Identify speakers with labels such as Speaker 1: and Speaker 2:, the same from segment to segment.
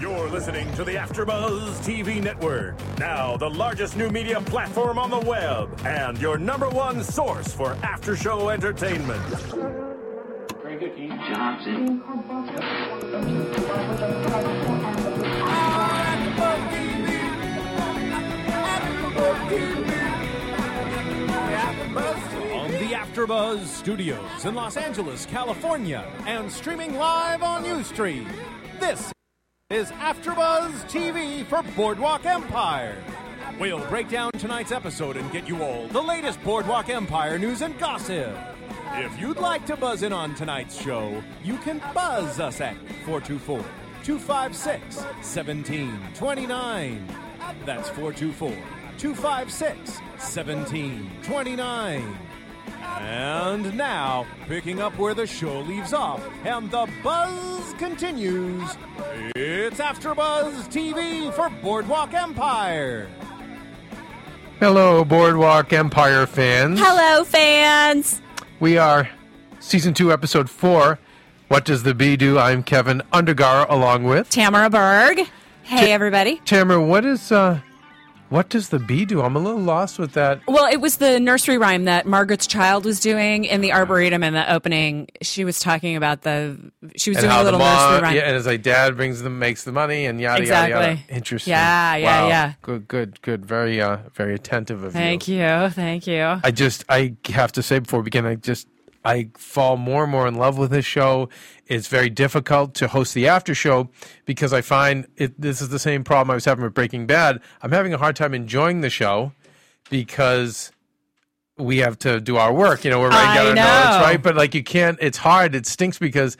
Speaker 1: You're listening to the AfterBuzz TV Network, now the largest new media platform on the web, and your number one source for after-show entertainment.
Speaker 2: Very good, Dean. Johnson.
Speaker 3: From the AfterBuzz Studios in Los Angeles, California, and streaming live on Ustream, this is AfterBuzz TV for Boardwalk Empire. We'll break down tonight's episode and get you all the latest Boardwalk Empire news and gossip. If you'd like to buzz in on tonight's show, you can buzz us at 424 256 1729. That's 424 256 1729. And now, picking up where the show leaves off and the buzz continues, it's AfterBuzz TV for Boardwalk Empire.
Speaker 4: Hello, Boardwalk Empire fans.
Speaker 5: Hello, fans.
Speaker 4: We are season two, episode four. What does the bee do? I'm Kevin Undergar, along with
Speaker 5: Tamara Berg. Hey, everybody.
Speaker 4: Tamara. What is uh, what does the bee do? I'm a little lost with that.
Speaker 5: Well, it was the nursery rhyme that Margaret's Child was doing in the Arboretum in the opening. She was talking about the, she was doing a
Speaker 4: the
Speaker 5: little nursery
Speaker 4: mom,
Speaker 5: rhyme.
Speaker 4: yeah, and as like dad brings them, makes the money, and yada yada yada.
Speaker 5: Exactly.
Speaker 4: Interesting.
Speaker 5: Yeah, yeah,
Speaker 4: Wow.
Speaker 5: yeah.
Speaker 4: Good, good, good. Very, uh, very attentive of
Speaker 5: Thank you. Thank you.
Speaker 4: I just I have to say before we begin, I just I fall more and more in love with this show. It's very difficult to host the after show because I find it. This is the same problem I was having with Breaking Bad. I'm having a hard time enjoying the show because we have to do our work. You know, we're
Speaker 5: I
Speaker 4: right down
Speaker 5: know.
Speaker 4: that's right. But like you can't. It's hard. It stinks because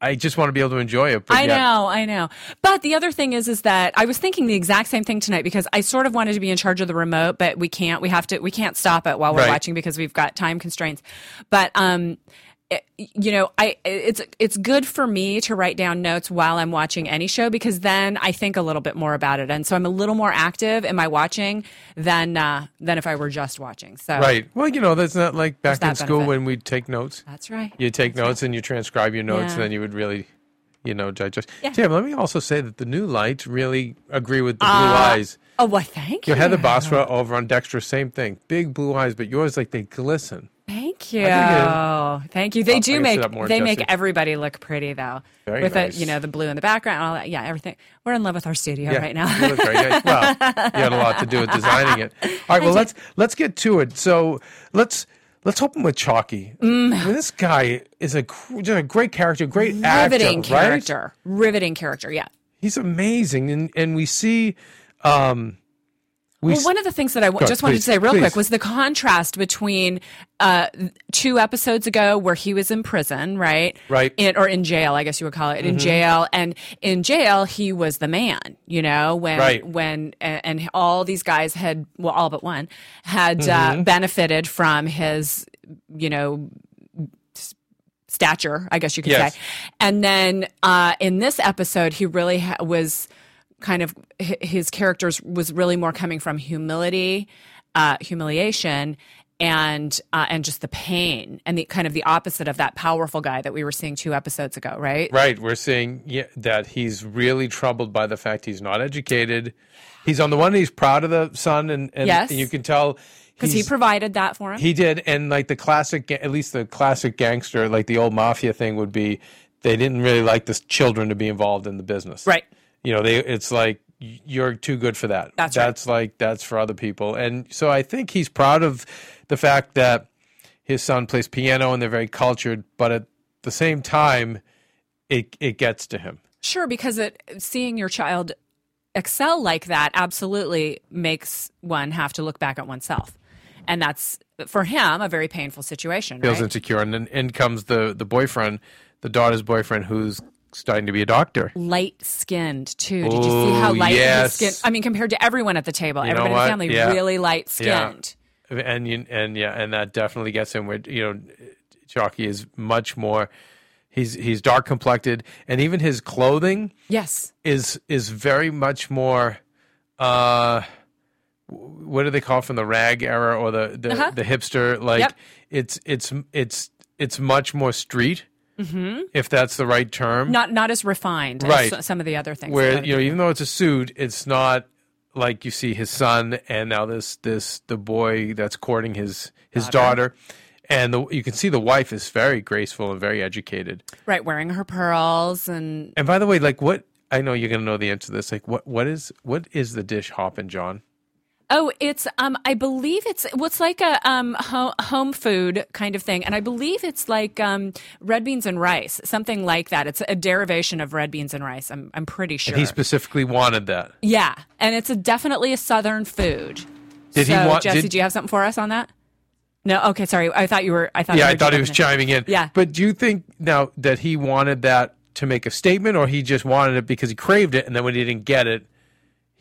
Speaker 4: I just want to be able to enjoy it. But
Speaker 5: I
Speaker 4: yet-
Speaker 5: know, I know. But the other thing is, is that I was thinking the exact same thing tonight because I sort of wanted to be in charge of the remote, but we can't. We have to. We can't stop it while we're
Speaker 4: Right.
Speaker 5: watching because we've got time constraints. But um, it, you know, I it's it's good for me to write down notes while I'm watching any show because then I think a little bit more about it, and so I'm a little more active in my watching than uh, than if I were just watching. So
Speaker 4: Right. Well, you know, that's not like back
Speaker 5: There's that
Speaker 4: in school
Speaker 5: benefit.
Speaker 4: when we'd take notes.
Speaker 5: that's right.
Speaker 4: you take notes and you transcribe your notes
Speaker 5: Yeah.
Speaker 4: and then you would really you know digest
Speaker 5: Yeah.
Speaker 4: tim let me also say that the new light really agree with the blue eyes
Speaker 5: Oh, well, thank you.
Speaker 4: your heather basra over on dexter same thing big blue eyes but yours like they glisten
Speaker 5: Thank you.
Speaker 4: gotta
Speaker 5: Thank you. They
Speaker 4: I'll- I gotta
Speaker 5: do
Speaker 4: sit
Speaker 5: make
Speaker 4: up more,
Speaker 5: they make
Speaker 4: Jesse.
Speaker 5: everybody look pretty though.
Speaker 4: Very
Speaker 5: with
Speaker 4: nice.
Speaker 5: the you know the blue in the background and all that. Yeah, everything. We're in love with our studio right
Speaker 4: you
Speaker 5: now.
Speaker 4: look very good. Well, you had a lot to do with designing it. All right, well let's let's get to it. So let's let's open with Chalky.
Speaker 5: Mm.
Speaker 4: I mean, this guy is a cr- just a great character, great
Speaker 5: Riveting
Speaker 4: actor, right?
Speaker 5: character. Riveting character. Yeah.
Speaker 4: He's amazing, and and we see. Um, we
Speaker 5: Well, one of the things that I w-
Speaker 4: ahead,
Speaker 5: just wanted
Speaker 4: please,
Speaker 5: to say real
Speaker 4: please.
Speaker 5: quick was the contrast between uh, two episodes ago where he was in prison, right?
Speaker 4: Right. Mm-hmm.
Speaker 5: In, or in jail, I guess you would call it. In jail, and in jail, he was the man. You know, when
Speaker 4: Right.
Speaker 5: when a- and all these guys had well, all but one had
Speaker 4: Mm-hmm.
Speaker 5: uh, benefited from his, you know, stature, I guess you could
Speaker 4: Yes.
Speaker 5: say. And then uh, in this episode, he really ha- was kind of hi- his characters was really more coming from humility, uh, humiliation, and uh, and just the pain and the kind of the opposite of that powerful guy that we were seeing two episodes ago, right?
Speaker 4: Right. We're seeing yeah, that he's really troubled by the fact he's not educated. He's on the one hand, he's proud of the son, and, and
Speaker 5: Yes.
Speaker 4: you can tell
Speaker 5: Because he
Speaker 4: he's-
Speaker 5: provided that for him.
Speaker 4: he did, and like the classic, ga- at least the classic gangster, like the old mafia thing would be, they didn't really like the s- children to be involved in the business,
Speaker 5: Right.
Speaker 4: You know, they it's like y- you're too good for that.
Speaker 5: That's right.
Speaker 4: that's like that's for other people, and so I think he's proud of the fact that his son plays piano and they're very cultured, but at the same time, it it gets to him.
Speaker 5: Sure, because it seeing your child excel like that absolutely makes one have to look back at oneself. And that's for him a very painful situation.
Speaker 4: feels
Speaker 5: right?
Speaker 4: insecure, and then in comes the the boyfriend, the daughter's boyfriend, who's starting to be a doctor.
Speaker 5: light skinned too. Did you see how
Speaker 4: Oh,
Speaker 5: light
Speaker 4: yes.
Speaker 5: his skin? I mean, compared to everyone at the table,
Speaker 4: know
Speaker 5: everybody in the
Speaker 4: what?
Speaker 5: family
Speaker 4: Yeah.
Speaker 5: really light skinned.
Speaker 4: and you, and yeah, and that definitely gets him. Where you know, Chalky is much more. He's he's dark complected, and even his clothing
Speaker 5: Yes,
Speaker 4: is is very much more. uh w- What do they call it from the rag era or the the,
Speaker 5: Uh-huh.
Speaker 4: the hipster? Like
Speaker 5: Yep.
Speaker 4: it's it's it's it's much more street. if that's the right term.
Speaker 5: Not not as refined
Speaker 4: Right.
Speaker 5: as some of the other things.
Speaker 4: where
Speaker 5: that-
Speaker 4: you know even though it's a suit it's not like you see his son and now this this the boy that's courting his his daughter, and the, you can see the wife is very graceful and very educated
Speaker 5: right, wearing her pearls and
Speaker 4: and by the way like what i know you're gonna know the answer to this like what what is what is the dish hop and john
Speaker 5: Oh, it's um, I believe it's what's like a um ho- home food kind of thing, and I believe it's like um red beans and rice, something like that. It's a derivation of red beans and rice. I'm I'm pretty sure.
Speaker 4: he specifically wanted that
Speaker 5: yeah, and it's a, definitely a southern food.
Speaker 4: Did he
Speaker 5: so,
Speaker 4: want-
Speaker 5: Jesse?
Speaker 4: did-
Speaker 5: do you have something for us on that? No. Okay, sorry. I thought you were. I thought.
Speaker 4: yeah i
Speaker 5: heard
Speaker 4: thought
Speaker 5: you
Speaker 4: he was
Speaker 5: opening.
Speaker 4: chiming in
Speaker 5: Yeah.
Speaker 4: but do you think now that he wanted that to make a statement or he just wanted it because he craved it and then when he didn't get it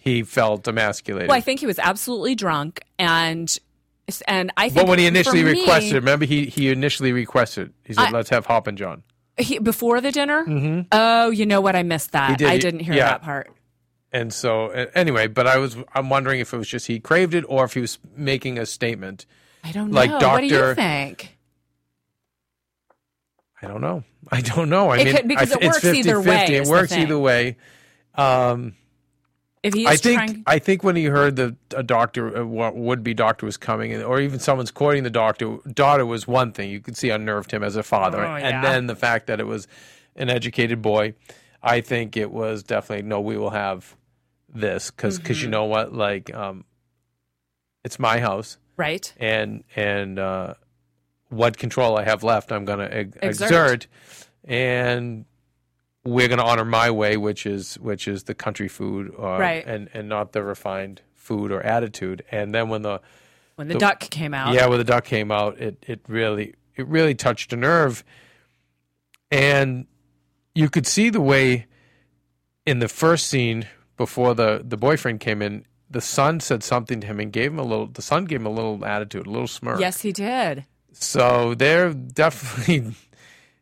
Speaker 4: he felt emasculated
Speaker 5: Well, I think he was absolutely drunk, and and I think.
Speaker 4: But when he initially
Speaker 5: for me,
Speaker 4: requested, remember he he initially requested. He said,
Speaker 5: I-
Speaker 4: "Let's have Hop and John."
Speaker 5: he, before the dinner. Oh, you know what? I missed that.
Speaker 4: did. Mm-hmm.
Speaker 5: I
Speaker 4: He-
Speaker 5: didn't hear
Speaker 4: yeah.
Speaker 5: that part.
Speaker 4: And so a- anyway, but I was I'm wondering if it was just he craved it or if he was making a statement.
Speaker 5: I don't know.
Speaker 4: Like
Speaker 5: what do you
Speaker 4: Dr.
Speaker 5: think?
Speaker 4: I don't know. I don't know. I
Speaker 5: It
Speaker 4: mean,
Speaker 5: could- because
Speaker 4: I-
Speaker 5: it
Speaker 4: it's
Speaker 5: works either
Speaker 4: 50-50.
Speaker 5: way
Speaker 4: It
Speaker 5: is the
Speaker 4: works
Speaker 5: thing.
Speaker 4: either way. Um,
Speaker 5: If he's
Speaker 4: I think
Speaker 5: trying,
Speaker 4: I think when he heard that a doctor, uh, what would be doctor, was coming, and- or even someone's courting the doctor daughter was one thing. You could see unnerved him as a father,
Speaker 5: Oh, yeah.
Speaker 4: and then the fact that it was an educated boy. I think it was definitely no. We will have this because you
Speaker 5: Mm-hmm.
Speaker 4: know what, like um, it's my house,
Speaker 5: right?
Speaker 4: and and uh, what control I have left, I'm going to ex-
Speaker 5: Exert.
Speaker 4: exert. and we're going to honor my way, which is which is the country food, uh,
Speaker 5: Right.
Speaker 4: and and not the refined food or attitude. And then when the
Speaker 5: When the, duck came out,
Speaker 4: yeah, when the duck came out, it it really it really touched a nerve, and you could see the way in the first scene before the the boyfriend came in. The son said something to him and gave him a little. The son gave him a little attitude, a little smirk.
Speaker 5: yes, he did.
Speaker 4: So they're definitely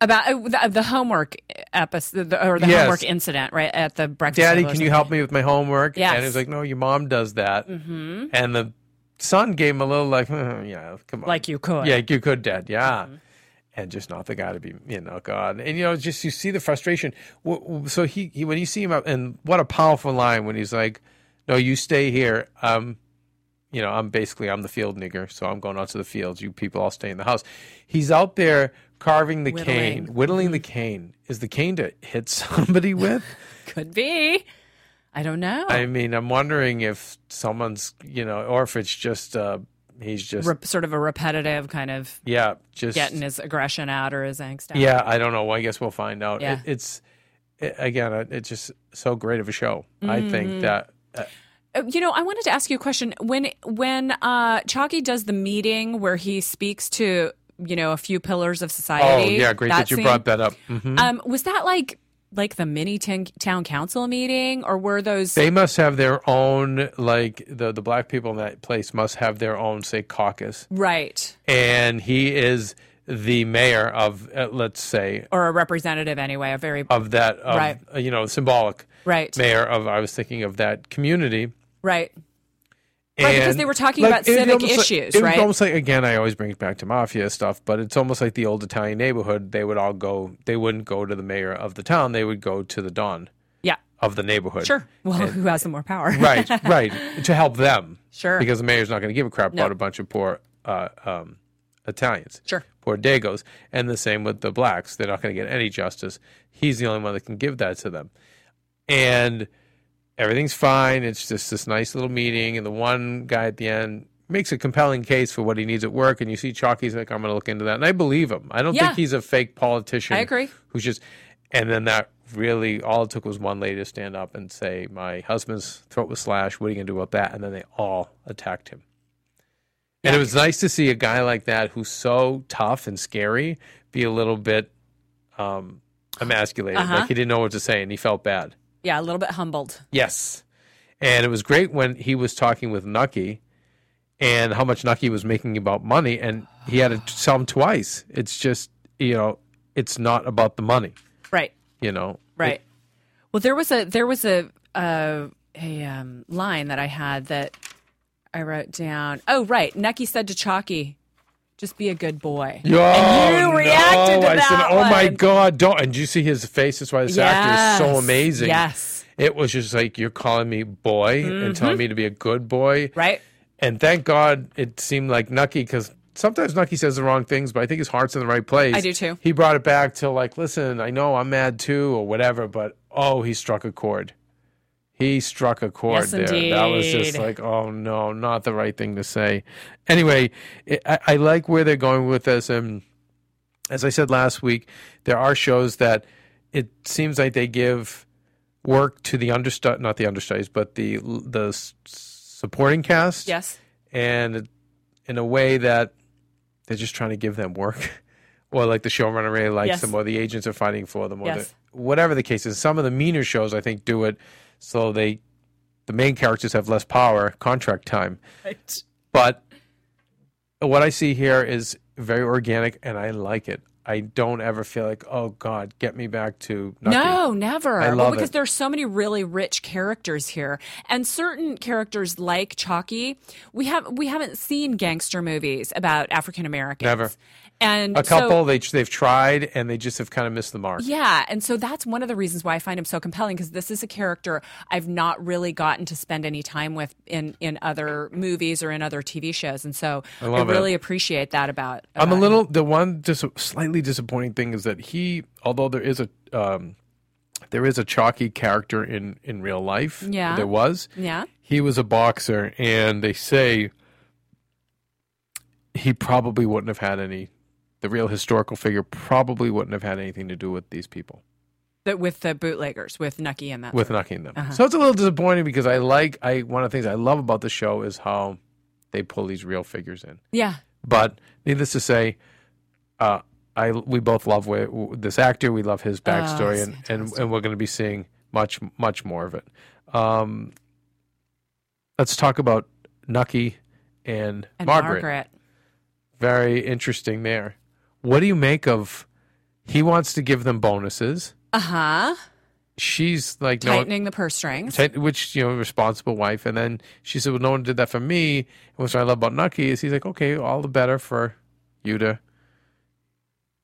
Speaker 5: About uh, the, the homework episode the, or the
Speaker 4: Yes.
Speaker 5: homework incident, right at the breakfast.
Speaker 4: Daddy,
Speaker 5: table or
Speaker 4: can you
Speaker 5: something.
Speaker 4: help me with my homework?
Speaker 5: Yes.
Speaker 4: And he was like, No, your mom does that. Mm-hmm. And the son gave him a little like, "Hmm, Yeah, come on.
Speaker 5: Like you could.
Speaker 4: Yeah, you could, Dad. Yeah.
Speaker 5: Mm-hmm.
Speaker 4: And just not the guy to be, you know, God. And, you know, just you see the frustration. W- w- So he, he when you see him out, and what a powerful line when he's like, No, you stay here. Um, you know, I'm basically I'm the field nigger, so I'm going out to the fields. You people all stay in the house. He's out there carving the
Speaker 5: Whittling. Mm-hmm.
Speaker 4: cane, whittling the cane. Is the cane to hit somebody with?
Speaker 5: Could be. I don't know.
Speaker 4: I mean, I'm wondering if someone's, you know, or if it's just uh he's just
Speaker 5: Re- sort of a repetitive kind of
Speaker 4: yeah, just
Speaker 5: getting his aggression out or his angst out.
Speaker 4: yeah. I don't know. Well, I guess we'll find out.
Speaker 5: Yeah.
Speaker 4: It, it's it, again, uh, it's just so great of a show. I
Speaker 5: Mm-hmm.
Speaker 4: think that uh,
Speaker 5: Uh, You know, I wanted to ask you a question. When when uh, Chalky does the meeting where he speaks to you know a few pillars of
Speaker 4: oh
Speaker 5: society.
Speaker 4: yeah, great that, you
Speaker 5: scene,
Speaker 4: brought that up. Mhm.
Speaker 5: Um, was that like like the mini tin- town council meeting, or were those?
Speaker 4: They must have their own like the the black people in that place must have their own say caucus,
Speaker 5: Right.
Speaker 4: and he is the mayor of uh, let's say
Speaker 5: Or a representative anyway, a very
Speaker 4: of that of,
Speaker 5: Right.
Speaker 4: uh, you know symbolic
Speaker 5: right.
Speaker 4: mayor of I was thinking of that community.
Speaker 5: Right. Right, because
Speaker 4: And,
Speaker 5: they were talking about
Speaker 4: it was
Speaker 5: civic
Speaker 4: almost like-
Speaker 5: issues,
Speaker 4: it was
Speaker 5: right?
Speaker 4: almost like again, I always bring it back to mafia stuff, but it's almost like the old Italian neighborhood. They would all go. They wouldn't go to the mayor of the town. They would go to the don
Speaker 5: Yeah.
Speaker 4: of the neighborhood.
Speaker 5: Sure. Well, who has the more power?
Speaker 4: right, right, to help them.
Speaker 5: Sure.
Speaker 4: because the mayor's not going to give a crap
Speaker 5: No.
Speaker 4: about a bunch of poor uh, um, Italians.
Speaker 5: Sure.
Speaker 4: Poor Dagos, and the same with the blacks. They're not going to get any justice. He's the only one that can give that to them, and everything's fine. It's just this nice little meeting, and the one guy at the end makes a compelling case for what he needs at work, and you see Chalky's like, "I'm going to look into that," and I believe him. I don't
Speaker 5: Yeah.
Speaker 4: think he's a fake politician.
Speaker 5: I agree.
Speaker 4: Who's just, and then that really all it took was one lady to stand up and say, "My husband's throat was slashed. What are you going to do about that?" And then they all attacked him. And it was nice to see a guy like that who's so tough and scary be a little bit um, emasculated.
Speaker 5: Uh-huh.
Speaker 4: Like he didn't know what to say and he felt bad.
Speaker 5: Yeah, a little bit humbled.
Speaker 4: Yes. And it was great when he was talking with Nucky and how much Nucky was making about money. And he had to tell him twice. It's just, you know, it's not about the money,
Speaker 5: Right.
Speaker 4: you know.
Speaker 5: Right. well, there was a there was a uh, a um, line that I had that I wrote down. Oh, right. Nucky said to Chalky, just be a good boy.
Speaker 4: Yo,
Speaker 5: and you reacted
Speaker 4: "Oh, no.
Speaker 5: to
Speaker 4: I
Speaker 5: that.
Speaker 4: said, "Oh my
Speaker 5: one.
Speaker 4: god, don't!" And did you see his face? That's why this actor is so
Speaker 5: Yes,
Speaker 4: amazing.
Speaker 5: yes. Mm-hmm.
Speaker 4: it was just like you're calling me boy and telling me to be a good boy,
Speaker 5: Right?
Speaker 4: And thank God it seemed like Nucky because sometimes Nucky says the wrong things, but I think his heart's in the right place.
Speaker 5: I do too.
Speaker 4: He brought it back to like, listen, I know I'm mad too or whatever, but oh, he struck a chord. He struck a chord
Speaker 5: Yes,
Speaker 4: there. That was just
Speaker 5: indeed.
Speaker 4: like, oh no, not the right thing to say. Anyway, it, I, I like where they're going with this. And as I said last week, there are shows that it seems like they give work to the understudy, not the understudies, but the the s- supporting cast
Speaker 5: Yes.
Speaker 4: and in a way that they're just trying to give them work. Or like the showrunner really likes
Speaker 5: Yes.
Speaker 4: them, or the agents are fighting for them, or
Speaker 5: Yes.
Speaker 4: the, whatever the case is. Some of the meaner shows, I think, do it so they the main characters have less power, contract time.
Speaker 5: Right.
Speaker 4: But what I see here is very organic, and I like it. I don't ever feel like, oh God, get me back to Nucky.
Speaker 5: No, never.
Speaker 4: I
Speaker 5: well,
Speaker 4: love
Speaker 5: because
Speaker 4: it.
Speaker 5: there's so many really rich characters here, and certain characters like Chalky, we have we haven't seen gangster movies about African Americans.
Speaker 4: Never.
Speaker 5: And
Speaker 4: A
Speaker 5: so-
Speaker 4: couple they they've tried and they just have kind of missed the mark.
Speaker 5: yeah, and so that's one of the reasons why I find him so compelling because this is a character I've not really gotten to spend any time with in in other movies or in other TV shows, and so I,
Speaker 4: love it.
Speaker 5: really appreciate that about.
Speaker 4: I'm a
Speaker 5: about
Speaker 4: little. The one dis- slightly disappointing thing is that he, although there is a um, there is a chalky character in in real life.
Speaker 5: Yeah.
Speaker 4: there was.
Speaker 5: him. yeah.
Speaker 4: He was a boxer, and they say he probably wouldn't have had any. The real historical figure probably wouldn't have had anything to do with these people,
Speaker 5: But with the bootleggers, with Nucky and that.
Speaker 4: with knocking them.
Speaker 5: Uh-huh.
Speaker 4: So it's a little disappointing because I like I one of the things I love about the show is how they pull these real figures in.
Speaker 5: yeah,
Speaker 4: But needless to say, uh, I we both love where, w- this actor. We love his backstory,
Speaker 5: it's
Speaker 4: and, and and we're going to be seeing much much more of it. Um, let's talk about Nucky and,
Speaker 5: and
Speaker 4: Margaret.
Speaker 5: Margaret.
Speaker 4: Very interesting there. What do you make of? He wants to give them bonuses.
Speaker 5: Uh huh.
Speaker 4: She's like, no,
Speaker 5: Tightening the purse strings.
Speaker 4: Ted- which you know, responsible wife. And then she said, "Well, no one did that for me." And what I love about Nucky is he's like, "Okay, all the better for you to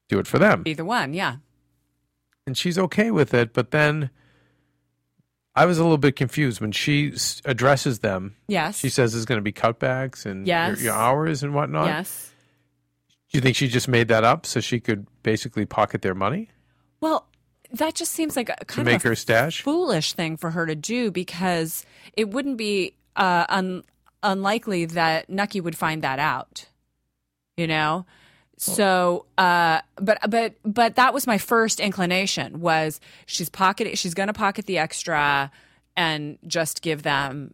Speaker 4: do it for them,"
Speaker 5: Either one, yeah.
Speaker 4: and she's okay with it. But then I was a little bit confused when she s- addresses them.
Speaker 5: Yes.
Speaker 4: She says there's going to be cutbacks and your-
Speaker 5: Yes.
Speaker 4: your, hours and whatnot.
Speaker 5: yes.
Speaker 4: Do you think she just made that up so she could basically pocket their money
Speaker 5: Well, that just seems like a
Speaker 4: to
Speaker 5: kind
Speaker 4: make
Speaker 5: of a
Speaker 4: her stash?
Speaker 5: foolish thing for her to do because it wouldn't be uh, un- unlikely that Nucky would find that out. You know? So, uh, but but but that was my first inclination was she's pocket she's going to pocket the extra and just give them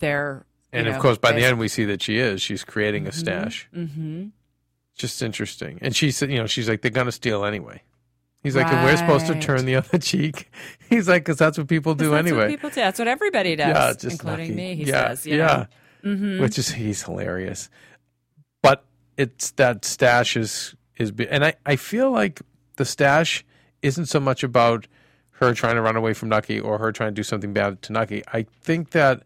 Speaker 5: their you
Speaker 4: And of
Speaker 5: know,
Speaker 4: course, by the
Speaker 5: basic-
Speaker 4: end, we see that she is. She's creating a stash. Mm-hmm. Just interesting. And she said, you know, she's like, they're going to steal anyway. He's like, and we're supposed to
Speaker 5: Right.
Speaker 4: turn the other cheek. He's like, because that's what people do
Speaker 5: that's What
Speaker 4: anyway.
Speaker 5: people do. That's what everybody does,
Speaker 4: yeah, just
Speaker 5: including
Speaker 4: knocky.
Speaker 5: me. He
Speaker 4: yeah,
Speaker 5: says, Mm-hmm. you know?
Speaker 4: yeah. Which is he's hilarious. But it's that stash is is, be- and I I feel like the stash isn't so much about her trying to run away from Nucky or her trying to do something bad to Nucky. I think that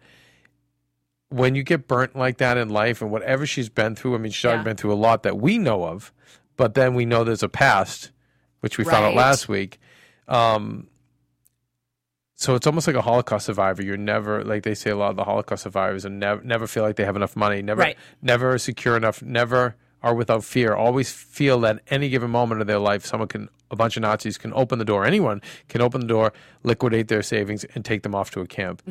Speaker 4: when you get burnt like that in life and whatever she's been through, I mean, she's already
Speaker 5: Yeah.
Speaker 4: been through a lot that we know of, but then we know there's a past, which we found out
Speaker 5: Right.
Speaker 4: last week. Um, so it's almost like a Holocaust survivor. You're never like they say a lot of the Holocaust survivors and never never feel like they have enough money, never
Speaker 5: Right.
Speaker 4: never are secure enough, never are without fear. Always feel that any given moment of their life, someone can a bunch of Nazis can open the door. Anyone can open the door, liquidate their savings, and take them off to a camp.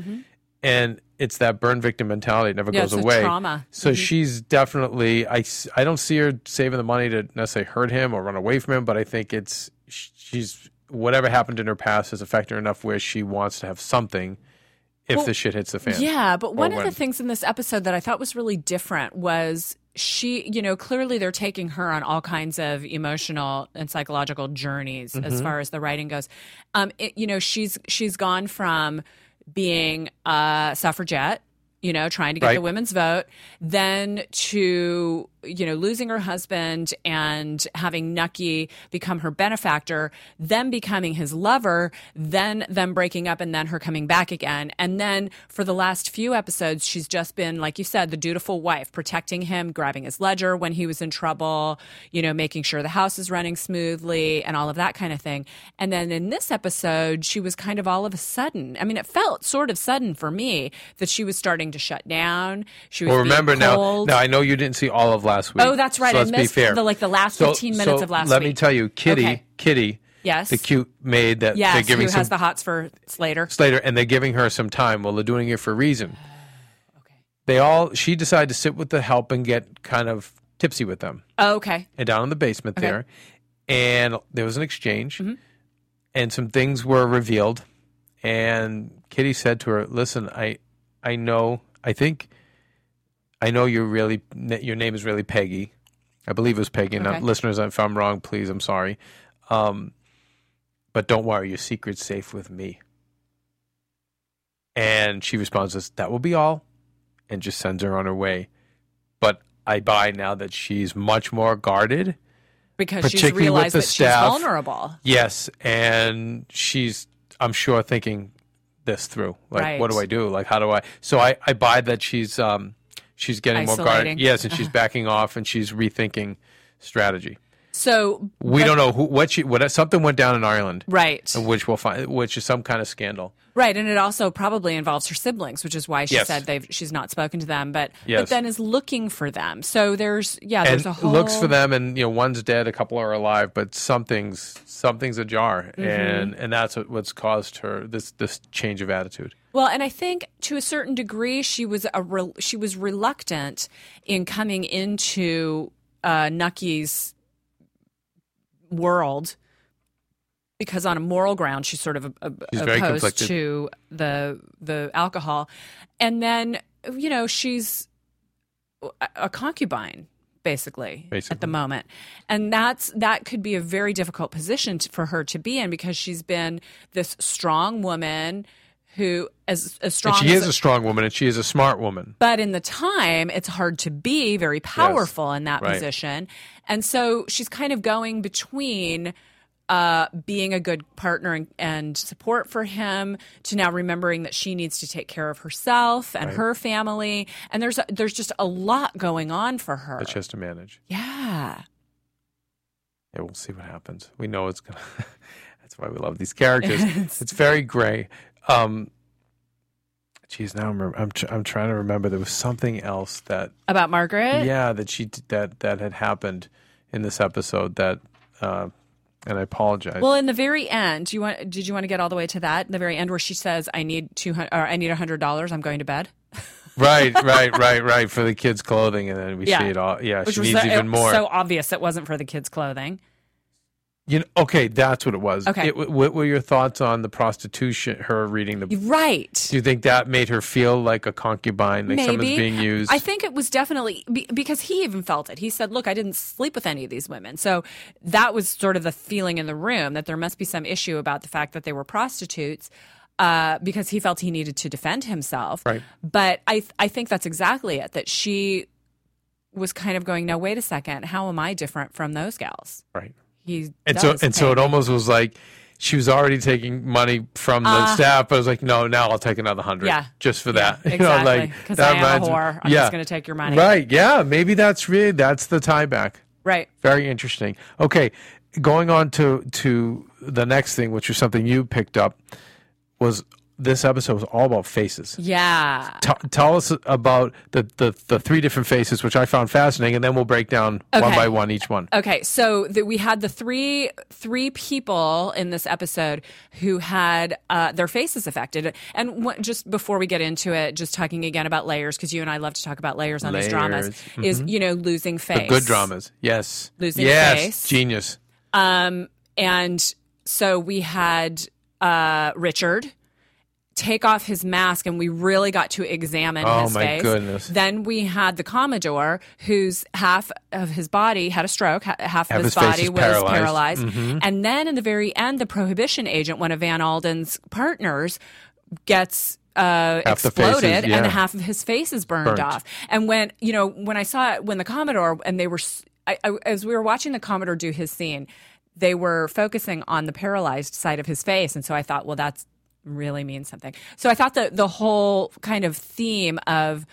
Speaker 4: And it's that burn victim mentality. It never
Speaker 5: Yeah,
Speaker 4: goes
Speaker 5: it's a
Speaker 4: away.
Speaker 5: trauma. Mm-hmm.
Speaker 4: So she's definitely. I s- I don't see her saving the money to necessarily hurt him or run away from him, but I think it's sh- she's whatever happened in her past has affected her enough where she wants to have something if
Speaker 5: Well,
Speaker 4: the shit hits the fan.
Speaker 5: Yeah, but one of the
Speaker 4: when.
Speaker 5: things in this episode that I thought was really different was she, you know, clearly they're taking her on all kinds of emotional and psychological journeys
Speaker 4: Mm-hmm.
Speaker 5: as far as the writing goes. Um, it, you know, she's she's gone from being a suffragette, you know, trying to get
Speaker 4: Right.
Speaker 5: the women's vote, then to you know, losing her husband and having Nucky become her benefactor, then becoming his lover, then them breaking up, and then her coming back again. And then for the last few episodes, she's just been, like you said, the dutiful wife, protecting him, grabbing his ledger when he was in trouble, you know, making sure the house is running smoothly and all of that kind of thing. And then in this episode, she was kind of all of a sudden, I mean, it felt sort of sudden for me that she was starting to shut down. She was
Speaker 4: Well, remember
Speaker 5: being
Speaker 4: now.
Speaker 5: cold.
Speaker 4: Now I know you didn't see all of last week.
Speaker 5: Oh, that's right.
Speaker 4: So
Speaker 5: I
Speaker 4: let's
Speaker 5: missed
Speaker 4: be fair.
Speaker 5: the, like, the last 15 minutes of last
Speaker 4: let me
Speaker 5: week.
Speaker 4: tell you, Kitty,
Speaker 5: Okay.
Speaker 4: Kitty,
Speaker 5: Yes.
Speaker 4: the cute maid that they're
Speaker 5: Yes, who
Speaker 4: giving
Speaker 5: has
Speaker 4: some
Speaker 5: the hots for Slater?
Speaker 4: Slater, and they're giving her some time. Well, they're doing it for a reason. They all. She decided to sit with the help and get kind of tipsy with them,
Speaker 5: Oh, okay.
Speaker 4: and down in the basement
Speaker 5: Okay.
Speaker 4: there, and there was an exchange, and some things were revealed, and Kitty said to her, "Listen, I, I know, I think, I know you're really your name is really Peggy." I believe it was Peggy. Now,
Speaker 5: Okay.
Speaker 4: listeners, if I'm wrong, please, I'm sorry. Um, but don't worry, your secret's safe with me. And she responds, as, That will be all, and just sends her on her way. But I buy now that she's much more guarded.
Speaker 5: Because she's
Speaker 4: Particularly with
Speaker 5: realized
Speaker 4: the
Speaker 5: that
Speaker 4: staff.
Speaker 5: she's vulnerable.
Speaker 4: Yes. And she's, I'm sure, thinking this through. Like, what do
Speaker 5: Right.
Speaker 4: I do? Like, how do I? So I, I buy that she's, um, she's getting more guarded.
Speaker 5: Isolating.
Speaker 4: Yes. And she's backing off and she's rethinking strategy.
Speaker 5: So
Speaker 4: We
Speaker 5: but-
Speaker 4: don't know who, what she, what, something went down in Ireland,
Speaker 5: Right.
Speaker 4: which we'll find, which is some kind of scandal.
Speaker 5: Right, and it also probably involves her siblings, which is why she
Speaker 4: Yes.
Speaker 5: said they've she's not spoken to them, but
Speaker 4: Yes.
Speaker 5: but then is looking for them. So there's yeah,
Speaker 4: and
Speaker 5: Uh, there's a whole
Speaker 4: looks for them and you know one's dead a couple are alive but something's something's ajar
Speaker 5: Mm-hmm.
Speaker 4: and and that's what, what's caused her this this change of attitude
Speaker 5: Well, and I think to a certain degree she was a re- she was reluctant in coming into uh, Nucky's world because on a moral ground she's sort of a, a,
Speaker 4: She's very
Speaker 5: opposed
Speaker 4: conflicted.
Speaker 5: to the the alcohol, and then you know she's a, a concubine basically, at the
Speaker 4: Basically.
Speaker 5: moment and that's that could be a very difficult position t for her to be in because she's been this strong woman who as as strong
Speaker 4: and she
Speaker 5: as
Speaker 4: is a strong woman and she is a smart woman
Speaker 5: but in the time it's hard to be very powerful in that
Speaker 4: Right.
Speaker 5: position and so she's kind of going between uh, being a good partner and, and support for him to now remembering that she needs to take care of herself and her family and there's there's just a lot going on for her
Speaker 4: that she has to manage
Speaker 5: yeah
Speaker 4: yeah we'll see what happens we know it's gonna that's why we love these characters it's very gray um geez now i'm rem- I'm, tr- I'm trying to remember there was something else that
Speaker 5: about margaret
Speaker 4: yeah that she d- that that had happened in this episode that uh and i apologize
Speaker 5: Well, in the very end, you want? Did you want to get all the way to that? The very end where she says, "I need two hundred, or I need hundred dollars. I'm going to bed."
Speaker 4: Uh, Right, right, right, right. For the kids' clothing, and then we
Speaker 5: Yeah.
Speaker 4: see it all. Yeah,
Speaker 5: Which
Speaker 4: she
Speaker 5: was
Speaker 4: needs
Speaker 5: so,
Speaker 4: even
Speaker 5: it-
Speaker 4: more.
Speaker 5: so obvious it wasn't for the kids' clothing.
Speaker 4: you know, okay, that's what it was.
Speaker 5: Okay.
Speaker 4: It, what were your thoughts on the prostitution? Her reading the.
Speaker 5: Right.
Speaker 4: Do you think that made her feel like a concubine, like someone's being used?
Speaker 5: I think it was definitely be- because he even felt it. He said, "Look, I didn't sleep with any of these women." So that was sort of the feeling in the room that there must be some issue about the fact that they were prostitutes. Uh, because he felt he needed to defend himself,
Speaker 4: Right.
Speaker 5: but I th- I think that's exactly it. That she was kind of going, no, wait a second, how am I different from those gals?
Speaker 4: right.
Speaker 5: He
Speaker 4: And so,
Speaker 5: does
Speaker 4: and so,
Speaker 5: take-
Speaker 4: it almost was like she was already taking money from the staff, but I was like, no, now I'll take another hundred,
Speaker 5: Uh, Yeah.
Speaker 4: just for that.
Speaker 5: Yeah,
Speaker 4: You know,
Speaker 5: exactly.
Speaker 4: like
Speaker 5: 'Cause
Speaker 4: that
Speaker 5: I am a
Speaker 4: reminds me-
Speaker 5: whore. I'm
Speaker 4: yeah.
Speaker 5: just gonna take your money.
Speaker 4: Right? Yeah. Maybe that's really that's the tie back.
Speaker 5: right.
Speaker 4: Very interesting. Okay, going on to to the next thing, which is something you picked up, was this episode was all about faces.
Speaker 5: Yeah.
Speaker 4: T- tell us about the, the the three different faces, which I found fascinating, and then we'll break down one
Speaker 5: Okay.
Speaker 4: by one each one.
Speaker 5: Okay, so that we had the three three people in this episode who had uh, their faces affected. And what, just before we get into it, just talking again about layers because you and I love to talk about layers on these dramas.
Speaker 4: Layers.
Speaker 5: Is you know losing face,
Speaker 4: The good dramas, yes,
Speaker 5: Losing
Speaker 4: yes,
Speaker 5: face.
Speaker 4: genius.
Speaker 5: Um, and so we had uh, Richard take off his mask, and we really got to examine
Speaker 4: Oh,
Speaker 5: his
Speaker 4: my
Speaker 5: face.
Speaker 4: goodness.
Speaker 5: Then we had the Commodore, whose half of his body had a stroke, ha- half,
Speaker 4: Half
Speaker 5: of his,
Speaker 4: his face
Speaker 5: body
Speaker 4: is
Speaker 5: was
Speaker 4: paralyzed. Mm-hmm.
Speaker 5: paralyzed. And then in the very end, the prohibition agent, one of Van Alden's partners, gets. uh,
Speaker 4: Half the
Speaker 5: exploded
Speaker 4: faces, yeah.
Speaker 5: and half of his face is burned,
Speaker 4: Burnt.
Speaker 5: off. And when you know when I saw it, when the Commodore and they were s I I as we were watching the Commodore do his scene, they were focusing on the paralyzed side of his face, and so I thought, well, that's really means something. So I thought that the whole kind of theme of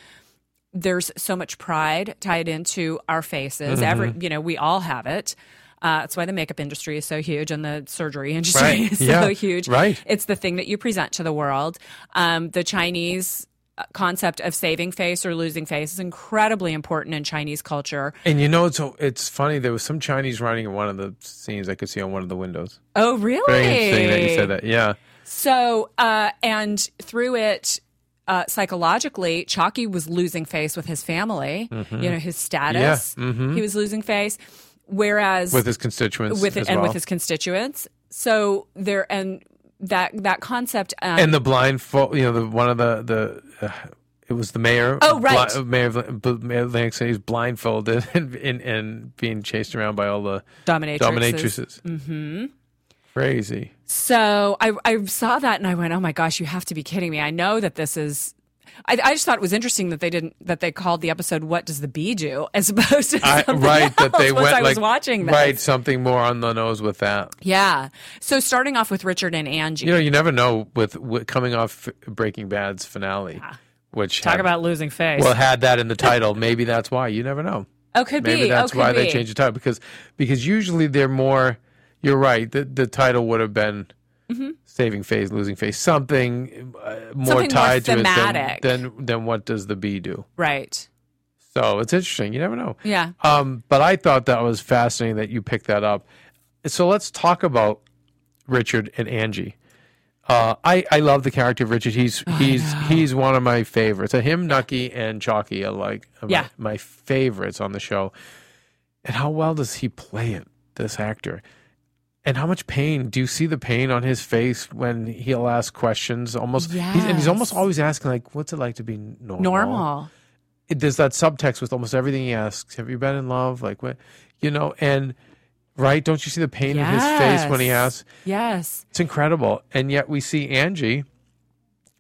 Speaker 5: there's so much pride tied into our faces.
Speaker 4: Mm-hmm.
Speaker 5: Every you know, we all have it. Uh, that's why the makeup industry is so huge and the surgery industry
Speaker 4: Right.
Speaker 5: is so
Speaker 4: Yeah.
Speaker 5: huge.
Speaker 4: Right.
Speaker 5: It's the thing that you present to the world. Um, the Chinese uh, concept of saving face or losing face is incredibly important in Chinese culture.
Speaker 4: And you know, it's it's funny. There was some Chinese writing in one of the scenes I could see on one of the windows.
Speaker 5: Oh, really?
Speaker 4: Very interesting that you said that. Yeah,
Speaker 5: So, uh, and through it, uh, psychologically, Chalky was losing face with his family,
Speaker 4: Mm-hmm.
Speaker 5: you know, his status. He was losing face. Whereas
Speaker 4: with his constituents,
Speaker 5: with
Speaker 4: as
Speaker 5: and
Speaker 4: well.
Speaker 5: with his constituents. So there and that that concept um,
Speaker 4: and the blindfold. You know, the one of the the. Uh, it was the mayor.
Speaker 5: Oh, right.
Speaker 4: bli- uh, mayor of bl- mayor of Atlantic City is blindfolded and, and and being chased around by all the
Speaker 5: dominatrixes.
Speaker 4: dominatrices. Mm-hmm. Crazy.
Speaker 5: So I I saw that and I went, oh my gosh, you have to be kidding me! I know that this is. I, I just thought it was interesting that they didn't that they called the episode "What Does the Bee Do" as opposed to
Speaker 4: I,
Speaker 5: something
Speaker 4: right, that they
Speaker 5: else once
Speaker 4: went
Speaker 5: I was
Speaker 4: like
Speaker 5: watching this.
Speaker 4: right something more on the nose with that.
Speaker 5: Yeah. So starting off with Richard and Angie.
Speaker 4: You know, you never know with, with coming off Breaking Bad's finale, which
Speaker 5: Talk
Speaker 4: had-
Speaker 5: about losing face.
Speaker 4: well had that in the title. Maybe that's why. You never know.
Speaker 5: oh, could
Speaker 4: Maybe
Speaker 5: be.
Speaker 4: that's
Speaker 5: oh, could
Speaker 4: why
Speaker 5: be.
Speaker 4: they changed the title because because usually they're more. You're right. The the title would have been saving face, losing face, something uh, more
Speaker 5: Mm-hmm. Something more
Speaker 4: tied to
Speaker 5: thematic.
Speaker 4: it than, than than what does the bee do.
Speaker 5: Right.
Speaker 4: So it's interesting. You never know.
Speaker 5: Yeah.
Speaker 4: Um, but I thought that was fascinating that you picked that up. So let's talk about Richard and Angie. Uh, I I love the character of Richard. He's
Speaker 5: Oh,
Speaker 4: he's he's one of my favorites. Uh, Him, Nucky, and Chalky are like my-
Speaker 5: Yeah.
Speaker 4: my, favorites on the show. And how well does he play it, this actor? And how much pain do you see the pain on his face when he'll ask questions? Almost, he's, and he's almost
Speaker 5: Yes.
Speaker 4: always asking like, "What's it like to be normal?"
Speaker 5: Normal.
Speaker 4: it, there's that subtext with almost everything he asks. Have you been in love? Like what, you know? And right, don't you see the pain in his face when he
Speaker 5: Yes.
Speaker 4: asks?
Speaker 5: Yes.
Speaker 4: It's incredible. And yet we see Angie,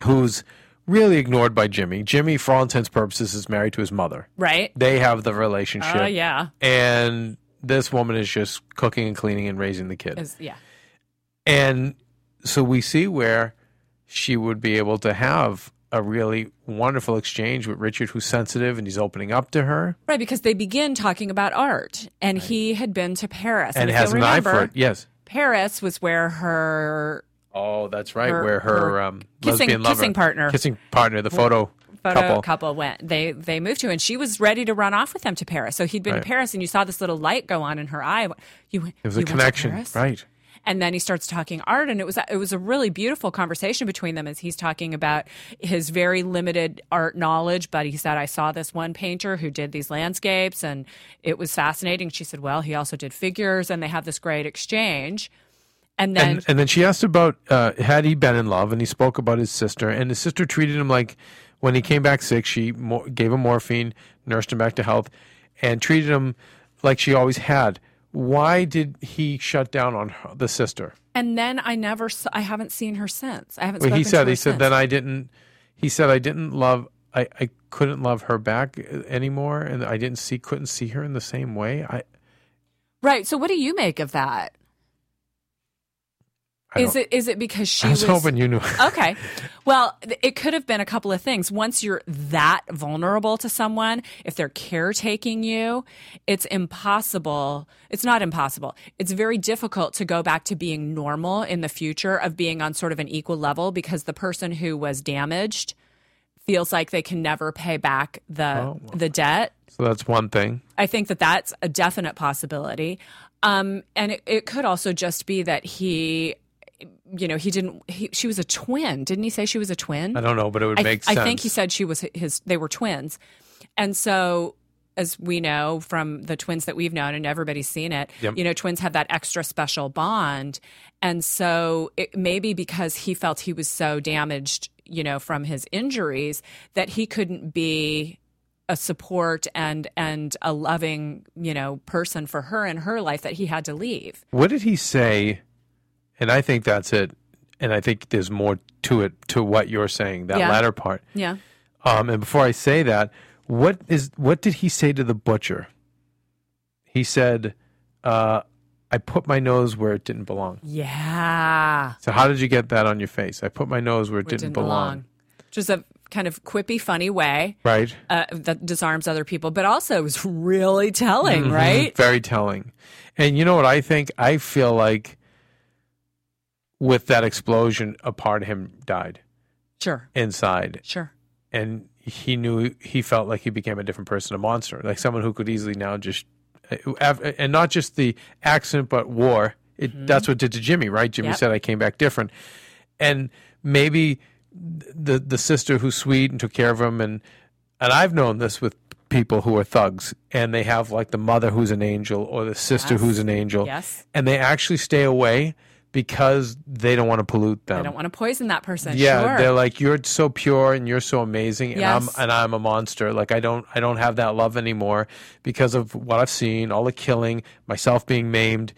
Speaker 4: who's really ignored by Jimmy. Jimmy, for all intents and purposes, is married to his mother.
Speaker 5: Right.
Speaker 4: They have the relationship,
Speaker 5: Oh yeah.
Speaker 4: and this woman is just cooking and cleaning and raising the kid.
Speaker 5: Is- yeah.
Speaker 4: And so we see where she would be able to have a really wonderful exchange with Richard, who's sensitive and he's opening up to her.
Speaker 5: Right, because they begin talking about art, and he had been to Paris,
Speaker 4: and
Speaker 5: if
Speaker 4: has
Speaker 5: you'll
Speaker 4: an eye
Speaker 5: remember,
Speaker 4: for it. Yes.
Speaker 5: Paris was where her
Speaker 4: Oh, that's right.
Speaker 5: Her-
Speaker 4: where her,
Speaker 5: her
Speaker 4: um,
Speaker 5: kissing-
Speaker 4: lesbian lover,
Speaker 5: kissing partner.
Speaker 4: kissing partner, the photo,
Speaker 5: photo
Speaker 4: couple.
Speaker 5: couple. went. They they moved to, and she was ready to run off with them to Paris. So he'd been
Speaker 4: Right.
Speaker 5: to Paris, and you saw this little light go on in her eye. You went-
Speaker 4: It was
Speaker 5: you
Speaker 4: a
Speaker 5: went to
Speaker 4: connection,
Speaker 5: Paris?
Speaker 4: right?
Speaker 5: and then he starts talking art and it was it was a really beautiful conversation between them as he's talking about his very limited art knowledge but he said I saw this one painter who did these landscapes and it was fascinating she said well he also did figures and they have this great exchange and then
Speaker 4: And and then she asked about uh, had he been in love, and he spoke about his sister, and his sister treated him like when he came back sick, she mo- gave him morphine, nursed him back to health, and treated him like she always had. Why did he shut down on her, the sister?
Speaker 5: and then I never saw, I haven't seen her since I haven't
Speaker 4: Well,
Speaker 5: spoken
Speaker 4: he
Speaker 5: to
Speaker 4: said
Speaker 5: her
Speaker 4: he
Speaker 5: since.
Speaker 4: said then I didn't. He said I didn't love. I, I couldn't love her back uh, anymore, and I didn't see couldn't see her in the same way. I,
Speaker 5: right so what do you make of that
Speaker 4: I
Speaker 5: is
Speaker 4: don't-
Speaker 5: it is it because she
Speaker 4: I was, hoping you knew.
Speaker 5: okay. Well, th- it could have been a couple of things. Once you're that vulnerable to someone, if they're caretaking you, it's impossible. It's not impossible. It's very difficult to go back to being normal in the future of being on sort of an equal level because the person who was damaged feels like they can never pay back the
Speaker 4: Oh, wow.
Speaker 5: the debt.
Speaker 4: so that's one thing.
Speaker 5: I think that that's a definite possibility. Um, and it, it could also just be that he, you know, he didn't, he, she was a twin. Didn't he say she was a twin?
Speaker 4: I don't know, but it would
Speaker 5: I-
Speaker 4: make
Speaker 5: I
Speaker 4: sense.
Speaker 5: think he said she was his, they were twins. And so, as we know from the twins that we've known and everybody's seen it,
Speaker 4: Yep.
Speaker 5: you know, twins have that extra special bond. And so, it, maybe because he felt he was so damaged, you know, from his injuries that he couldn't be a support and and a loving you know person for her in her life that he had to leave
Speaker 4: What did he say? And I think that's it. and I think there's more to it to what you're saying that
Speaker 5: Yeah.
Speaker 4: latter part.
Speaker 5: Yeah.
Speaker 4: Um, and before I say that, what is what did he say to the butcher? He said, uh, "I put my nose where it didn't belong."
Speaker 5: Yeah.
Speaker 4: So how did you get that on your face? I put my nose where it,
Speaker 5: Where
Speaker 4: didn't, belong.
Speaker 5: Which is a kind of quippy, funny way
Speaker 4: Right.
Speaker 5: uh, that disarms other people, but also is really
Speaker 4: Mm-hmm.
Speaker 5: telling, right?
Speaker 4: Very telling. And you know what I think? I feel like with that explosion, a part of him died
Speaker 5: Sure.
Speaker 4: inside,
Speaker 5: Sure.
Speaker 4: and he knew he felt like he became a different person, a monster, like someone who could easily now just, and not just the accident, but war. It, That's what did to Jimmy, right? Jimmy
Speaker 5: Mm-hmm. Yep.
Speaker 4: said, "I came back different," and maybe the the sister who's sweet and took care of him, and and I've known this with people who are thugs, and they have like the mother who's an angel or the sister
Speaker 5: Yes.
Speaker 4: who's an angel,
Speaker 5: Yes.
Speaker 4: and they actually stay away because they don't want to pollute them.
Speaker 5: I don't want to poison that person.
Speaker 4: Um, Yeah,
Speaker 5: sure.
Speaker 4: they're like you're so pure and you're so amazing, and
Speaker 5: Yes.
Speaker 4: I'm and I'm a monster. Like I don't I don't have that love anymore because of what I've seen, all the killing, myself being maimed,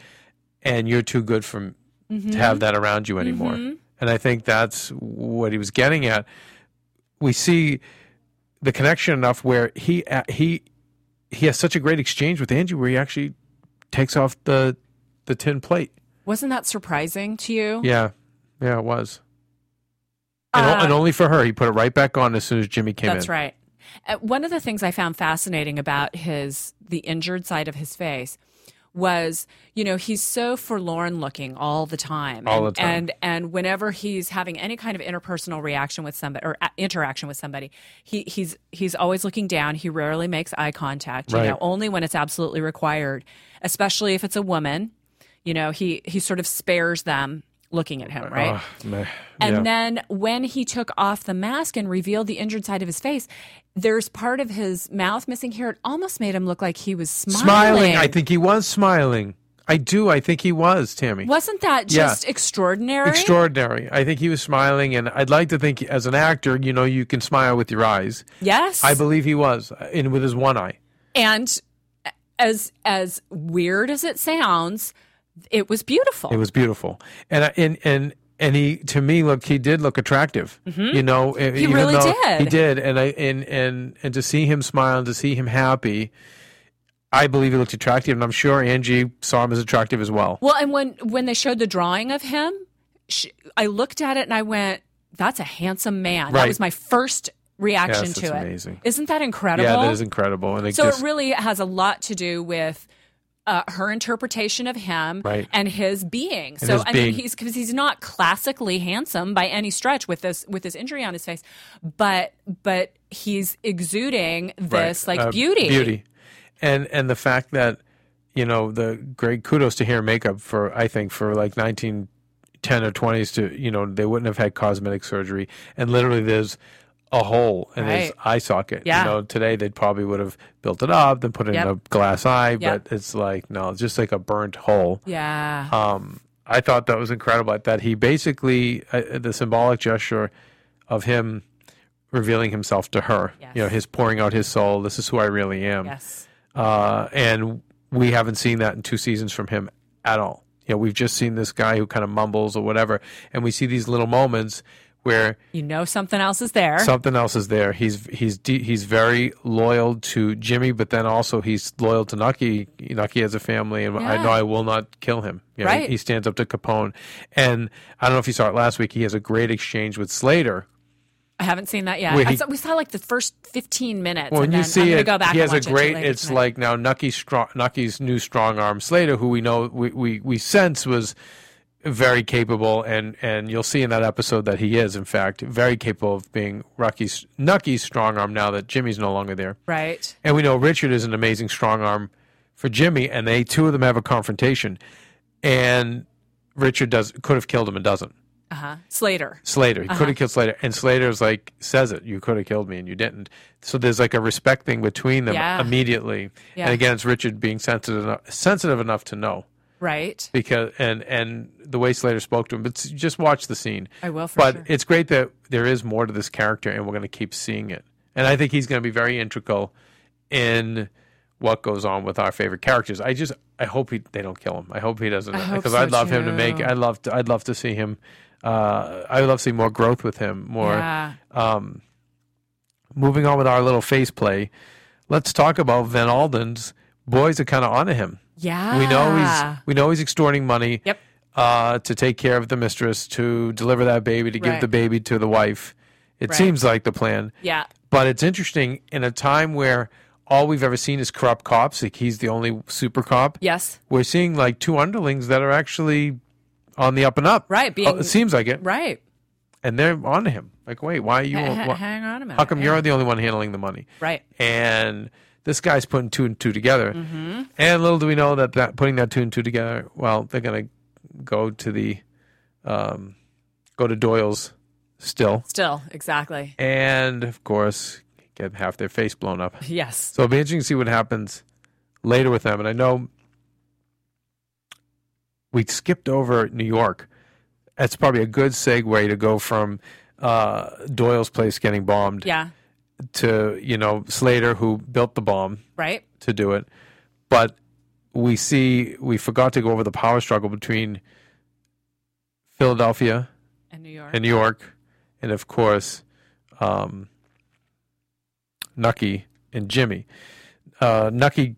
Speaker 4: and you're too good for m-
Speaker 5: Mm-hmm.
Speaker 4: to have that around you anymore. And I think that's what he was getting at. We see the connection enough where he a- he he has such a great exchange with Angie where he actually takes off the the tin plate.
Speaker 5: Wasn't that surprising to you?
Speaker 4: Yeah, yeah, it was. And, o-
Speaker 5: Uh,
Speaker 4: and only for her, he put it right back on as soon as Jimmy came
Speaker 5: That's
Speaker 4: in.
Speaker 5: right. Uh, one of the things I found fascinating about his the injured side of his face was, you know, he's so forlorn looking all the time.
Speaker 4: All
Speaker 5: and,
Speaker 4: the time.
Speaker 5: And and whenever he's having any kind of interpersonal reaction with somebody or uh, interaction with somebody, he he's he's always looking down. He rarely makes eye contact. You
Speaker 4: Right.
Speaker 5: know, only when it's absolutely required, especially if it's a woman. You know, he he sort of spares them looking at him, right?
Speaker 4: Oh, meh.
Speaker 5: And
Speaker 4: Yeah.
Speaker 5: then when he took off the mask and revealed the injured side of his face, there's part of his mouth missing here. It almost made him look like he was smiling.
Speaker 4: I think he was smiling. I do. I think he was, Tammy.
Speaker 5: Wasn't that
Speaker 4: Yeah.
Speaker 5: just extraordinary?
Speaker 4: Extraordinary. I think he was smiling, and I'd like to think, as an actor, you know, you can smile with your eyes.
Speaker 5: yes.
Speaker 4: I believe he was, uh, and with his one eye.
Speaker 5: and as as weird as it sounds, it was beautiful.
Speaker 4: It was beautiful, and I- and and and he to me look he did look attractive. You know, e- even
Speaker 5: Mm-hmm. really
Speaker 4: though
Speaker 5: did.
Speaker 4: He did, and I and and and to see him smile and to see him happy, I believe he looked attractive, and I'm sure Angie saw him as attractive as well.
Speaker 5: well, and when when they showed the drawing of him, sh I looked at it and I went, "That's a handsome man." That
Speaker 4: Right.
Speaker 5: was my first reaction
Speaker 4: Yes,
Speaker 5: to
Speaker 4: that's
Speaker 5: it.
Speaker 4: amazing.
Speaker 5: not that incredible?
Speaker 4: Yeah, that is incredible, and it
Speaker 5: So
Speaker 4: just,
Speaker 5: it really has a lot to do with uh, her interpretation of him
Speaker 4: Right.
Speaker 5: and his being. so
Speaker 4: his
Speaker 5: I
Speaker 4: being.
Speaker 5: mean, he's because he's not classically handsome by any stretch with this with this injury on his face, but but he's exuding
Speaker 4: Right.
Speaker 5: this like
Speaker 4: Uh,
Speaker 5: beauty.
Speaker 4: beauty, and and the fact that you know the great kudos to hair and makeup for I think for like nineteen ten or twenties to you know they wouldn't have had cosmetic surgery, and literally there's a hole in his
Speaker 5: Right.
Speaker 4: eye socket.
Speaker 5: Yeah.
Speaker 4: You know, today they probably would have built it up, then put it
Speaker 5: Yep.
Speaker 4: in a glass eye,
Speaker 5: Yep.
Speaker 4: but it's like no, it's just like a burnt hole.
Speaker 5: Yeah.
Speaker 4: Um, I thought that was incredible that he basically uh, the symbolic gesture of him revealing himself to her. You know,
Speaker 5: Yes.
Speaker 4: his pouring out his soul. This is who I really am.
Speaker 5: yes.
Speaker 4: Uh, and we haven't seen that in two seasons from him at all. You know, we've just seen this guy who kind of mumbles or whatever, and we see these little moments where
Speaker 5: You know something else is there.
Speaker 4: something else is there. He's he's de- he's very loyal to Jimmy, but then also he's loyal to Nucky. Nucky has a family, and I
Speaker 5: Yeah.
Speaker 4: know I will not kill him. You know, he-
Speaker 5: Right.
Speaker 4: He stands up to Capone, and I don't know if you saw it last week. He has a great exchange with Slater.
Speaker 5: I haven't seen that yet.
Speaker 4: Well,
Speaker 5: I
Speaker 4: he-
Speaker 5: saw, we saw like the first fifteen minutes.
Speaker 4: When
Speaker 5: and
Speaker 4: you
Speaker 5: then I'm
Speaker 4: see
Speaker 5: gonna
Speaker 4: it,
Speaker 5: go back
Speaker 4: he
Speaker 5: and
Speaker 4: has a
Speaker 5: watch it
Speaker 4: great.
Speaker 5: later
Speaker 4: It's
Speaker 5: tonight.
Speaker 4: like now Nucky's strong, Nucky's new strong arm Slater, who we know we, we, we sense was very capable, and and you'll see in that episode that he is in fact very capable of being Rocky's Nucky's strong arm. Now that Jimmy's no longer there,
Speaker 5: right.
Speaker 4: and we know Richard is an amazing strong arm for Jimmy, and they two of them have a confrontation, and Richard does could have killed him and doesn't.
Speaker 5: Uh huh. Slater.
Speaker 4: Slater. He
Speaker 5: Uh-huh.
Speaker 4: could have killed Slater. And Slater's like, says it, you could have killed me and you didn't. So there's like a respect thing between them
Speaker 5: Yeah.
Speaker 4: immediately.
Speaker 5: Yeah.
Speaker 4: And again, it's Richard being sensitive enough, sensitive enough to know
Speaker 5: Right.
Speaker 4: because and and the way Slater spoke to him. But s- just watch the scene.
Speaker 5: I will for
Speaker 4: but
Speaker 5: sure.
Speaker 4: it's great that there is more to this character, and we're going to keep seeing it. And I think he's going to be very integral in what goes on with our favorite characters. I just I hope he, they don't kill him. I hope he doesn't
Speaker 5: I hope
Speaker 4: because
Speaker 5: so,
Speaker 4: I'd love him to make.
Speaker 5: too.
Speaker 4: I'd love to, I'd love to see him Uh, I would love to see more growth with him. More
Speaker 5: Yeah.
Speaker 4: um, moving on with our little face play. Let's talk about Van Alden's boys are kind of onto him.
Speaker 5: Yeah.
Speaker 4: We know he's we know he's extorting money.
Speaker 5: Yep.
Speaker 4: Uh, to take care of the mistress, to deliver that baby, to give
Speaker 5: Right.
Speaker 4: the baby to the wife. It
Speaker 5: Right.
Speaker 4: seems like the plan.
Speaker 5: Yeah.
Speaker 4: But it's interesting in a time where all we've ever seen is corrupt cops. Like he's the only super cop.
Speaker 5: Yes.
Speaker 4: We're seeing like two underlings that are actually on the up and up.
Speaker 5: Right, being-
Speaker 4: Oh, it seems like it.
Speaker 5: Right.
Speaker 4: And they're on to him. Like, wait, why are you?
Speaker 5: Ha- ha-
Speaker 4: wha-
Speaker 5: hang on a minute.
Speaker 4: How come
Speaker 5: Yeah.
Speaker 4: you're the only one handling the money?
Speaker 5: Right.
Speaker 4: And this guy's putting two and two together. And little do we know that, that putting that two and two together, well, they're gonna go to the, um, go to Doyle's still,
Speaker 5: Still. Exactly.
Speaker 4: and of course get half their face blown up.
Speaker 5: Yes.
Speaker 4: So it'll be interesting to see what happens later with them. And I know we skipped over New York. That's probably a good segue to go from uh, Doyle's place getting bombed
Speaker 5: Yeah.
Speaker 4: to you know Slater who built the bomb
Speaker 5: Right.
Speaker 4: to do it. But we see we forgot to go over the power struggle between Philadelphia
Speaker 5: And New York.
Speaker 4: and New York, and of course, um, Nucky and Jimmy. Uh, Nucky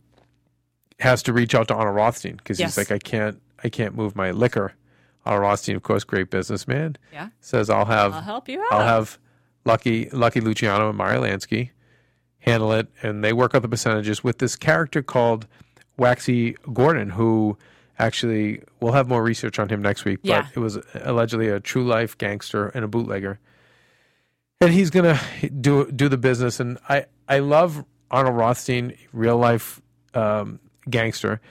Speaker 4: has to reach out to Honor Rothstein because
Speaker 5: Yes.
Speaker 4: he's like, I can't, I can't move my liquor. Honor Rothstein, of course, great businessman,
Speaker 5: yeah.
Speaker 4: says I'll have,
Speaker 5: I'll help you out.
Speaker 4: I'll have Lucky, Lucky Luciano and Mario Lansky handle it, and they work out the percentages with this character called Waxy Gordon, who actually we'll have more research on him next week.
Speaker 5: Yeah.
Speaker 4: But it was allegedly a true life gangster and a bootlegger, and he's gonna do do the business. And I I love Arnold Rothstein, real life um, gangster.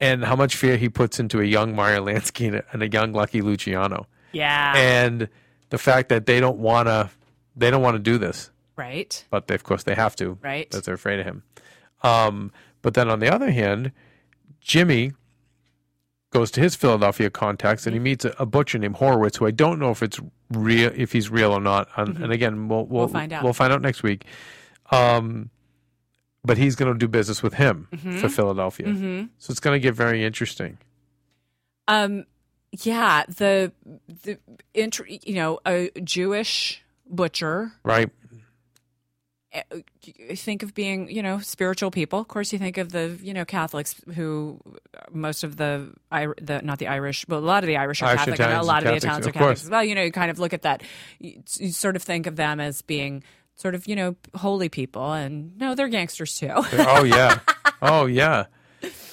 Speaker 4: And how much fear he puts into a young Mario Lansky and a, and a young Lucky Luciano
Speaker 5: yeah.
Speaker 4: and the fact that they don't want to they don't want to do this
Speaker 5: right.
Speaker 4: but they, of course they have to
Speaker 5: Right.
Speaker 4: that they're afraid of him um, but then on the other hand jimmy goes to his philadelphia contacts
Speaker 5: Mm-hmm.
Speaker 4: and he meets a, a butcher named horowitz who i don't know if it's real if he's real or not and, and again we'll, we'll,
Speaker 5: Mm-hmm. find out.
Speaker 4: we'll find out next week um, but he's going to do business with him
Speaker 5: Mm-hmm.
Speaker 4: for philadelphia so it's going to get very interesting
Speaker 5: Um, yeah, the the int- you know a Jewish butcher.
Speaker 4: right
Speaker 5: eh, you Think of being you know spiritual people. Of course, you think of the you know Catholics who most of the Ir- the not the Irish, but a lot of the Irish are
Speaker 4: Irish,
Speaker 5: Catholic, and
Speaker 4: Italians,
Speaker 5: a lot of the
Speaker 4: Catholics,
Speaker 5: Italians are
Speaker 4: of course.
Speaker 5: Catholics as well. You know, you kind of look at that. You, you sort of think of them as being sort of you know holy people, and no, they're gangsters too.
Speaker 4: oh yeah oh yeah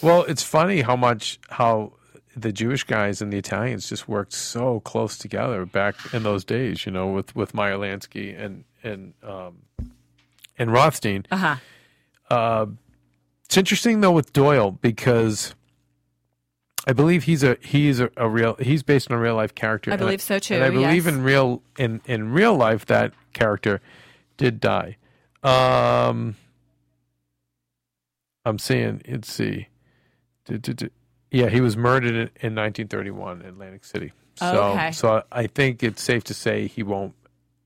Speaker 4: well it's funny how much how the jewish guys and the italians just worked so close together back in those days you know with with meyer lansky and and um and rothstein
Speaker 5: Uh huh.
Speaker 4: it's interesting though with doyle because i believe he's a he's a, a real he's based on a real life character
Speaker 5: I
Speaker 4: And
Speaker 5: believe so, too,
Speaker 4: and i believe
Speaker 5: yes.
Speaker 4: in real in in real life that character did die um i'm seeing let's see Du- du- du- yeah he was murdered in, in 1931 in atlantic city so
Speaker 5: Okay.
Speaker 4: so i think it's safe to say he won't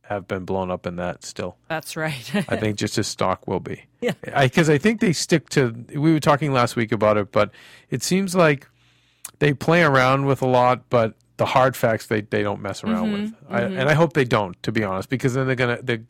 Speaker 4: have been blown up in that still
Speaker 5: That's right.
Speaker 4: I think just his stock will be. Yeah. Because I, think they stick to. We were talking last week about it, but it seems like they play around with a lot, but the hard facts they, they don't mess around
Speaker 5: Mm-hmm.
Speaker 4: with. I, and I hope they don't, to be honest, because then they're gonna. They,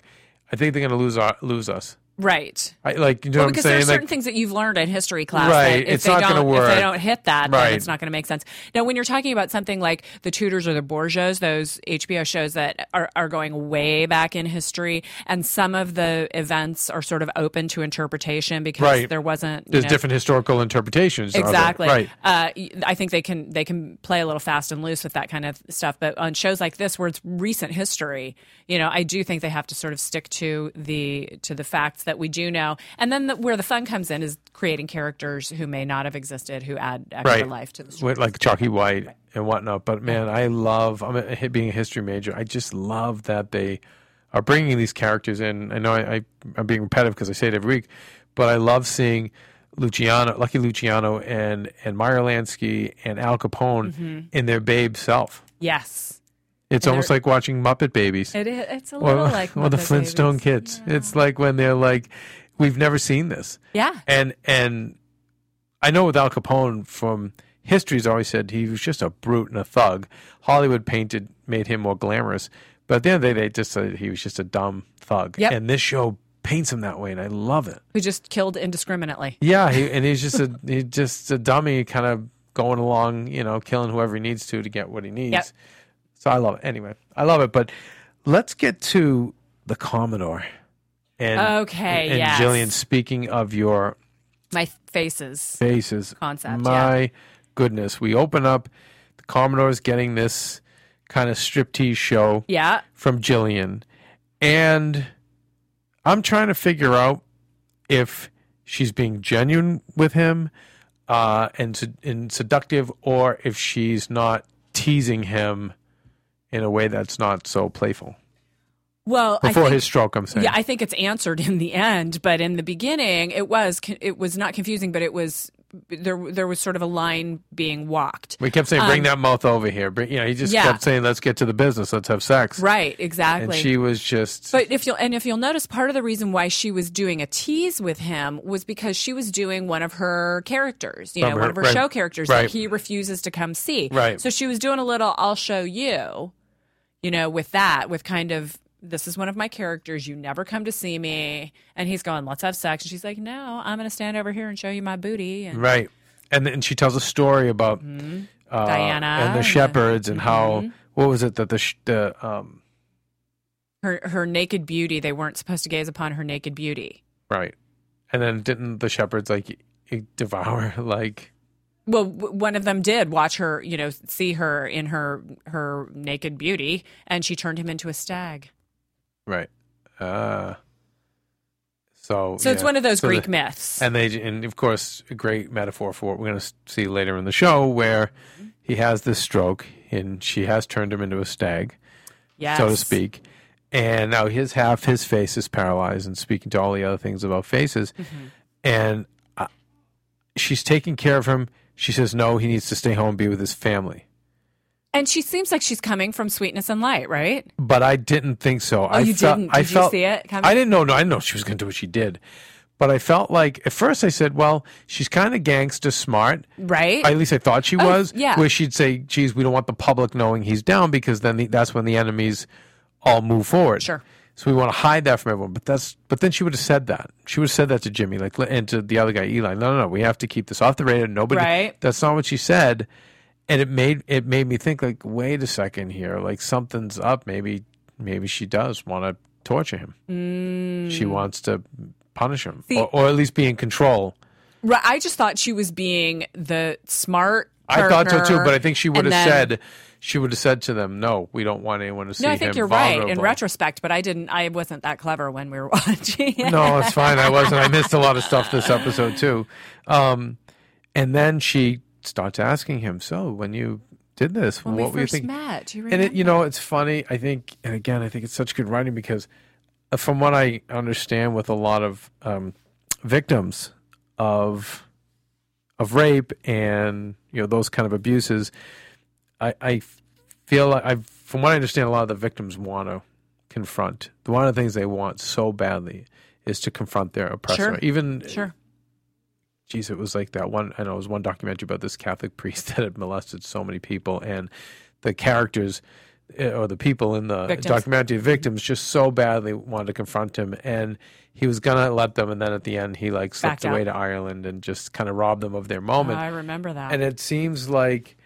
Speaker 4: I think they're gonna lose our, lose us.
Speaker 5: right.
Speaker 4: I like you know
Speaker 5: Well,
Speaker 4: what I'm
Speaker 5: because
Speaker 4: saying.
Speaker 5: there's certain
Speaker 4: Like,
Speaker 5: things that you've learned in history class
Speaker 4: Right,
Speaker 5: that if
Speaker 4: it's
Speaker 5: they
Speaker 4: not
Speaker 5: don't
Speaker 4: gonna
Speaker 5: if
Speaker 4: work.
Speaker 5: they don't hit that,
Speaker 4: Right.
Speaker 5: then it's not going to make sense. Now, when you're talking about something like the Tudors or the Borgias, those HBO shows that are, are going way back in history, and some of the events are sort of open to interpretation because
Speaker 4: Right.
Speaker 5: there wasn't you
Speaker 4: there's
Speaker 5: know,
Speaker 4: different historical interpretations. of it.
Speaker 5: Exactly.
Speaker 4: Right.
Speaker 5: Uh, y- I think they can they can play a little fast and loose with that kind of stuff. But on shows like this, where it's recent history, you know, I do think they have to sort of stick to the to the facts that we do know. And then the, where the fun comes in is creating characters who may not have existed who add extra
Speaker 4: Right.
Speaker 5: life to the story.
Speaker 4: With, like Chalky White and whatnot. But man, I love. I'm a, being a history major. I just love that they are bringing these characters in. I know I, I I'm being repetitive because I say it every week, but I love seeing Luciano, Lucky Luciano, and and Meyer Lansky and Al Capone
Speaker 5: Mm-hmm.
Speaker 4: in their babe self.
Speaker 5: Yes,
Speaker 4: It's almost like watching Muppet Babies
Speaker 5: it is. It's a
Speaker 4: or,
Speaker 5: little like
Speaker 4: or the
Speaker 5: Muppet
Speaker 4: Flintstone
Speaker 5: Babies.
Speaker 4: Kids. It's like when they're like, we've never seen this
Speaker 5: Yeah,
Speaker 4: and and I know with Al Capone from history's always said he was just a brute and a thug. Hollywood painted made him more glamorous. But at the end of the day, they just said he was just a dumb thug.
Speaker 5: Yep.
Speaker 4: And this show paints him that way, and I love it.
Speaker 5: who just killed indiscriminately.
Speaker 4: Yeah, he, and he's just a he's just a dummy, kind of going along, you know, killing whoever he needs to to get what he needs.
Speaker 5: Yep.
Speaker 4: So I love it. Anyway, I love it. But let's get to the Commodore. And,
Speaker 5: Okay,
Speaker 4: And, and
Speaker 5: yes.
Speaker 4: Jillian, speaking of your
Speaker 5: My faces.
Speaker 4: faces.
Speaker 5: Concept,
Speaker 4: My goodness. We open up. The Commodore's getting this kind of striptease show
Speaker 5: Yeah.
Speaker 4: from Jillian. And I'm trying to figure out if she's being genuine with him uh, and, sed- and seductive or if she's not teasing him in a way that's not so playful.
Speaker 5: Well, I
Speaker 4: Before
Speaker 5: think,
Speaker 4: his stroke, I'm saying.
Speaker 5: yeah, I think it's answered in the end, but in the beginning, it was con- it was not confusing, but it was there there was sort of a line being walked.
Speaker 4: we kept saying, bring that mouth over here. Bring, you know, he just
Speaker 5: um, yeah.
Speaker 4: kept saying, let's get to the business. Let's have sex.
Speaker 5: Right, exactly.
Speaker 4: And she was just.
Speaker 5: But if you'll and if you'll notice, part of the reason why she was doing a tease with him was because she was doing one of her characters, you know,
Speaker 4: Remember,
Speaker 5: one of her
Speaker 4: right,
Speaker 5: show characters
Speaker 4: right.
Speaker 5: that he refuses to come see.
Speaker 4: Right.
Speaker 5: So she was doing a little "I'll show you," you know, with that, with kind of this is one of my characters. You never come to see me, and he's going, "Let's have sex," and she's like, "No, I'm going to stand over here and show you my booty." And
Speaker 4: Right. And then she tells a story about uh,
Speaker 5: Mm-hmm. Diana
Speaker 4: and the
Speaker 5: and- Mm-hmm.
Speaker 4: shepherds and how what was it that the sh- the um
Speaker 5: her her naked beauty. They weren't supposed to gaze upon her naked beauty.
Speaker 4: right. And then didn't the shepherds like e- devour like
Speaker 5: Well, w- one of them did watch her, you know, see her in her her naked beauty, and she turned him into a stag.
Speaker 4: right. Uh so
Speaker 5: So it's
Speaker 4: yeah.
Speaker 5: one of those
Speaker 4: So
Speaker 5: Greek
Speaker 4: the-
Speaker 5: myths.
Speaker 4: And they and of course a great metaphor for what we're going to see later in the show where
Speaker 5: Mm-hmm.
Speaker 4: he has this stroke and she has turned him into a stag.
Speaker 5: yes.
Speaker 4: so to speak. And now his half his face is paralyzed, and speaking to all the other things about faces,
Speaker 5: Mm-hmm.
Speaker 4: and uh, she's taking care of him. She says no, he needs to stay home and be with his family.
Speaker 5: And she seems like she's coming from sweetness and light, right?
Speaker 4: But I didn't think so. I
Speaker 5: Oh, you
Speaker 4: felt,
Speaker 5: didn't?
Speaker 4: I
Speaker 5: Did you
Speaker 4: felt,
Speaker 5: see it coming?
Speaker 4: I didn't know. No, I didn't know she was going to do what she did. But I felt like at first I said, well, she's kind of gangster smart.
Speaker 5: Right? Oh,
Speaker 4: At least I thought she was.
Speaker 5: yeah.
Speaker 4: Where she'd say, geez, we don't want the public knowing he's down because then the, that's when the enemies all move forward.
Speaker 5: Sure.
Speaker 4: So we want to hide that from everyone. But that's but then she would have said that. She would have said that to Jimmy, like and to the other guy, Eli. No, no, no. We have to keep this off the radar. Nobody
Speaker 5: Right.
Speaker 4: that's not what she said. And it made it made me think like, wait a second here, like something's up. Maybe maybe she does want to torture him. She wants to punish him.
Speaker 5: Mm. See-
Speaker 4: or, or at least be in control.
Speaker 5: Right. I just thought she was being the smart.
Speaker 4: I thought so too,
Speaker 5: partner,
Speaker 4: but I think she would
Speaker 5: and
Speaker 4: have
Speaker 5: then-
Speaker 4: said she would have said to them, "No, we don't want anyone to see
Speaker 5: No, I think
Speaker 4: him
Speaker 5: you're right. In
Speaker 4: vulnerable."
Speaker 5: retrospect, but I didn't. I wasn't that clever when we were watching. it.
Speaker 4: no, it's fine. I wasn't. I missed a lot of stuff this episode too. Um, and then she starts asking him, "So when you did this, what
Speaker 5: when we
Speaker 4: were you
Speaker 5: first
Speaker 4: thinking?"
Speaker 5: met, do you
Speaker 4: and
Speaker 5: remember?
Speaker 4: it, you know, it's funny. I think, and again, I think it's such good writing because, uh, from what I understand, with a lot of um, victims of of rape and you know those kind of abuses, I, I feel like I, from what I understand, a lot of the victims want to confront. One of the things they want so badly is to confront their oppressor.
Speaker 5: Sure.
Speaker 4: Even
Speaker 5: sure.
Speaker 4: geez, it was like that one. I know it was one documentary about this Catholic priest that had molested so many people, and the characters eh, or the people in the
Speaker 5: Victims.
Speaker 4: documentary victims just so badly wanted to confront him, and he was gonna let them, and then at the end he like slipped
Speaker 5: Backed out.
Speaker 4: away to Ireland and just kind of robbed them of their moment.
Speaker 5: I remember that.
Speaker 4: And it seems like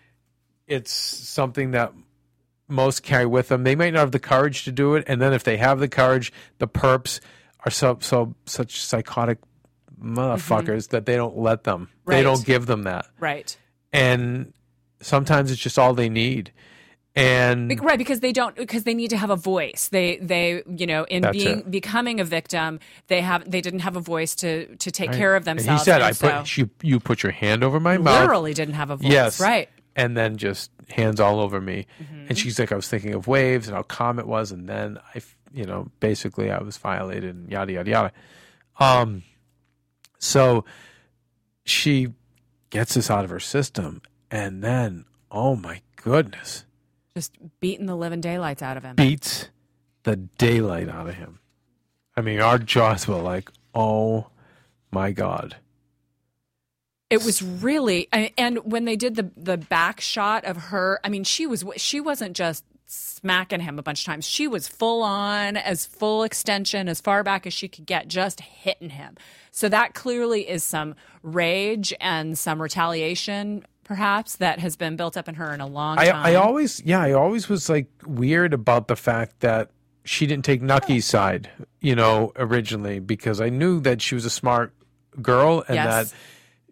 Speaker 4: it's something that most carry with them. They might not have the courage to do it, and then if they have the courage, the perps are so so such psychotic motherfuckers that they don't let them. They
Speaker 5: Mm-hmm. Right.
Speaker 4: don't give them that,
Speaker 5: right.
Speaker 4: and sometimes it's just all they need. And
Speaker 5: Be- right because they don't because they need to have a voice they they you know in
Speaker 4: That's
Speaker 5: being
Speaker 4: it.
Speaker 5: becoming a victim they have they didn't have a voice to to take care of
Speaker 4: And
Speaker 5: themselves
Speaker 4: he said,
Speaker 5: and
Speaker 4: "I
Speaker 5: so
Speaker 4: put you, you put your hand over my mouth."
Speaker 5: literally didn't have a voice
Speaker 4: Yes.
Speaker 5: right
Speaker 4: And then just hands all over me. And she's like, I was thinking of waves and how calm it was. And then I, f- you know, basically I was violated and yada, yada, yada. Um, so she gets this out of her system. And then, oh my goodness,
Speaker 5: just beating the living daylights out of him
Speaker 4: beats the daylight out of him. I mean, our jaws were like, oh my God.
Speaker 5: it was really and- and when they did the the back shot of her i mean she was she wasn't just smacking him a bunch of times. She was full on, as full extension, as far back as she could get, just hitting him. So that clearly is some rage and some retaliation, perhaps, that has been built up in her in a long
Speaker 4: I,
Speaker 5: time.
Speaker 4: I always, yeah, I always was like weird about the fact that she didn't take Nucky's
Speaker 5: Oh.
Speaker 4: side, you know, originally because I knew that she was a smart girl and
Speaker 5: Yes.
Speaker 4: that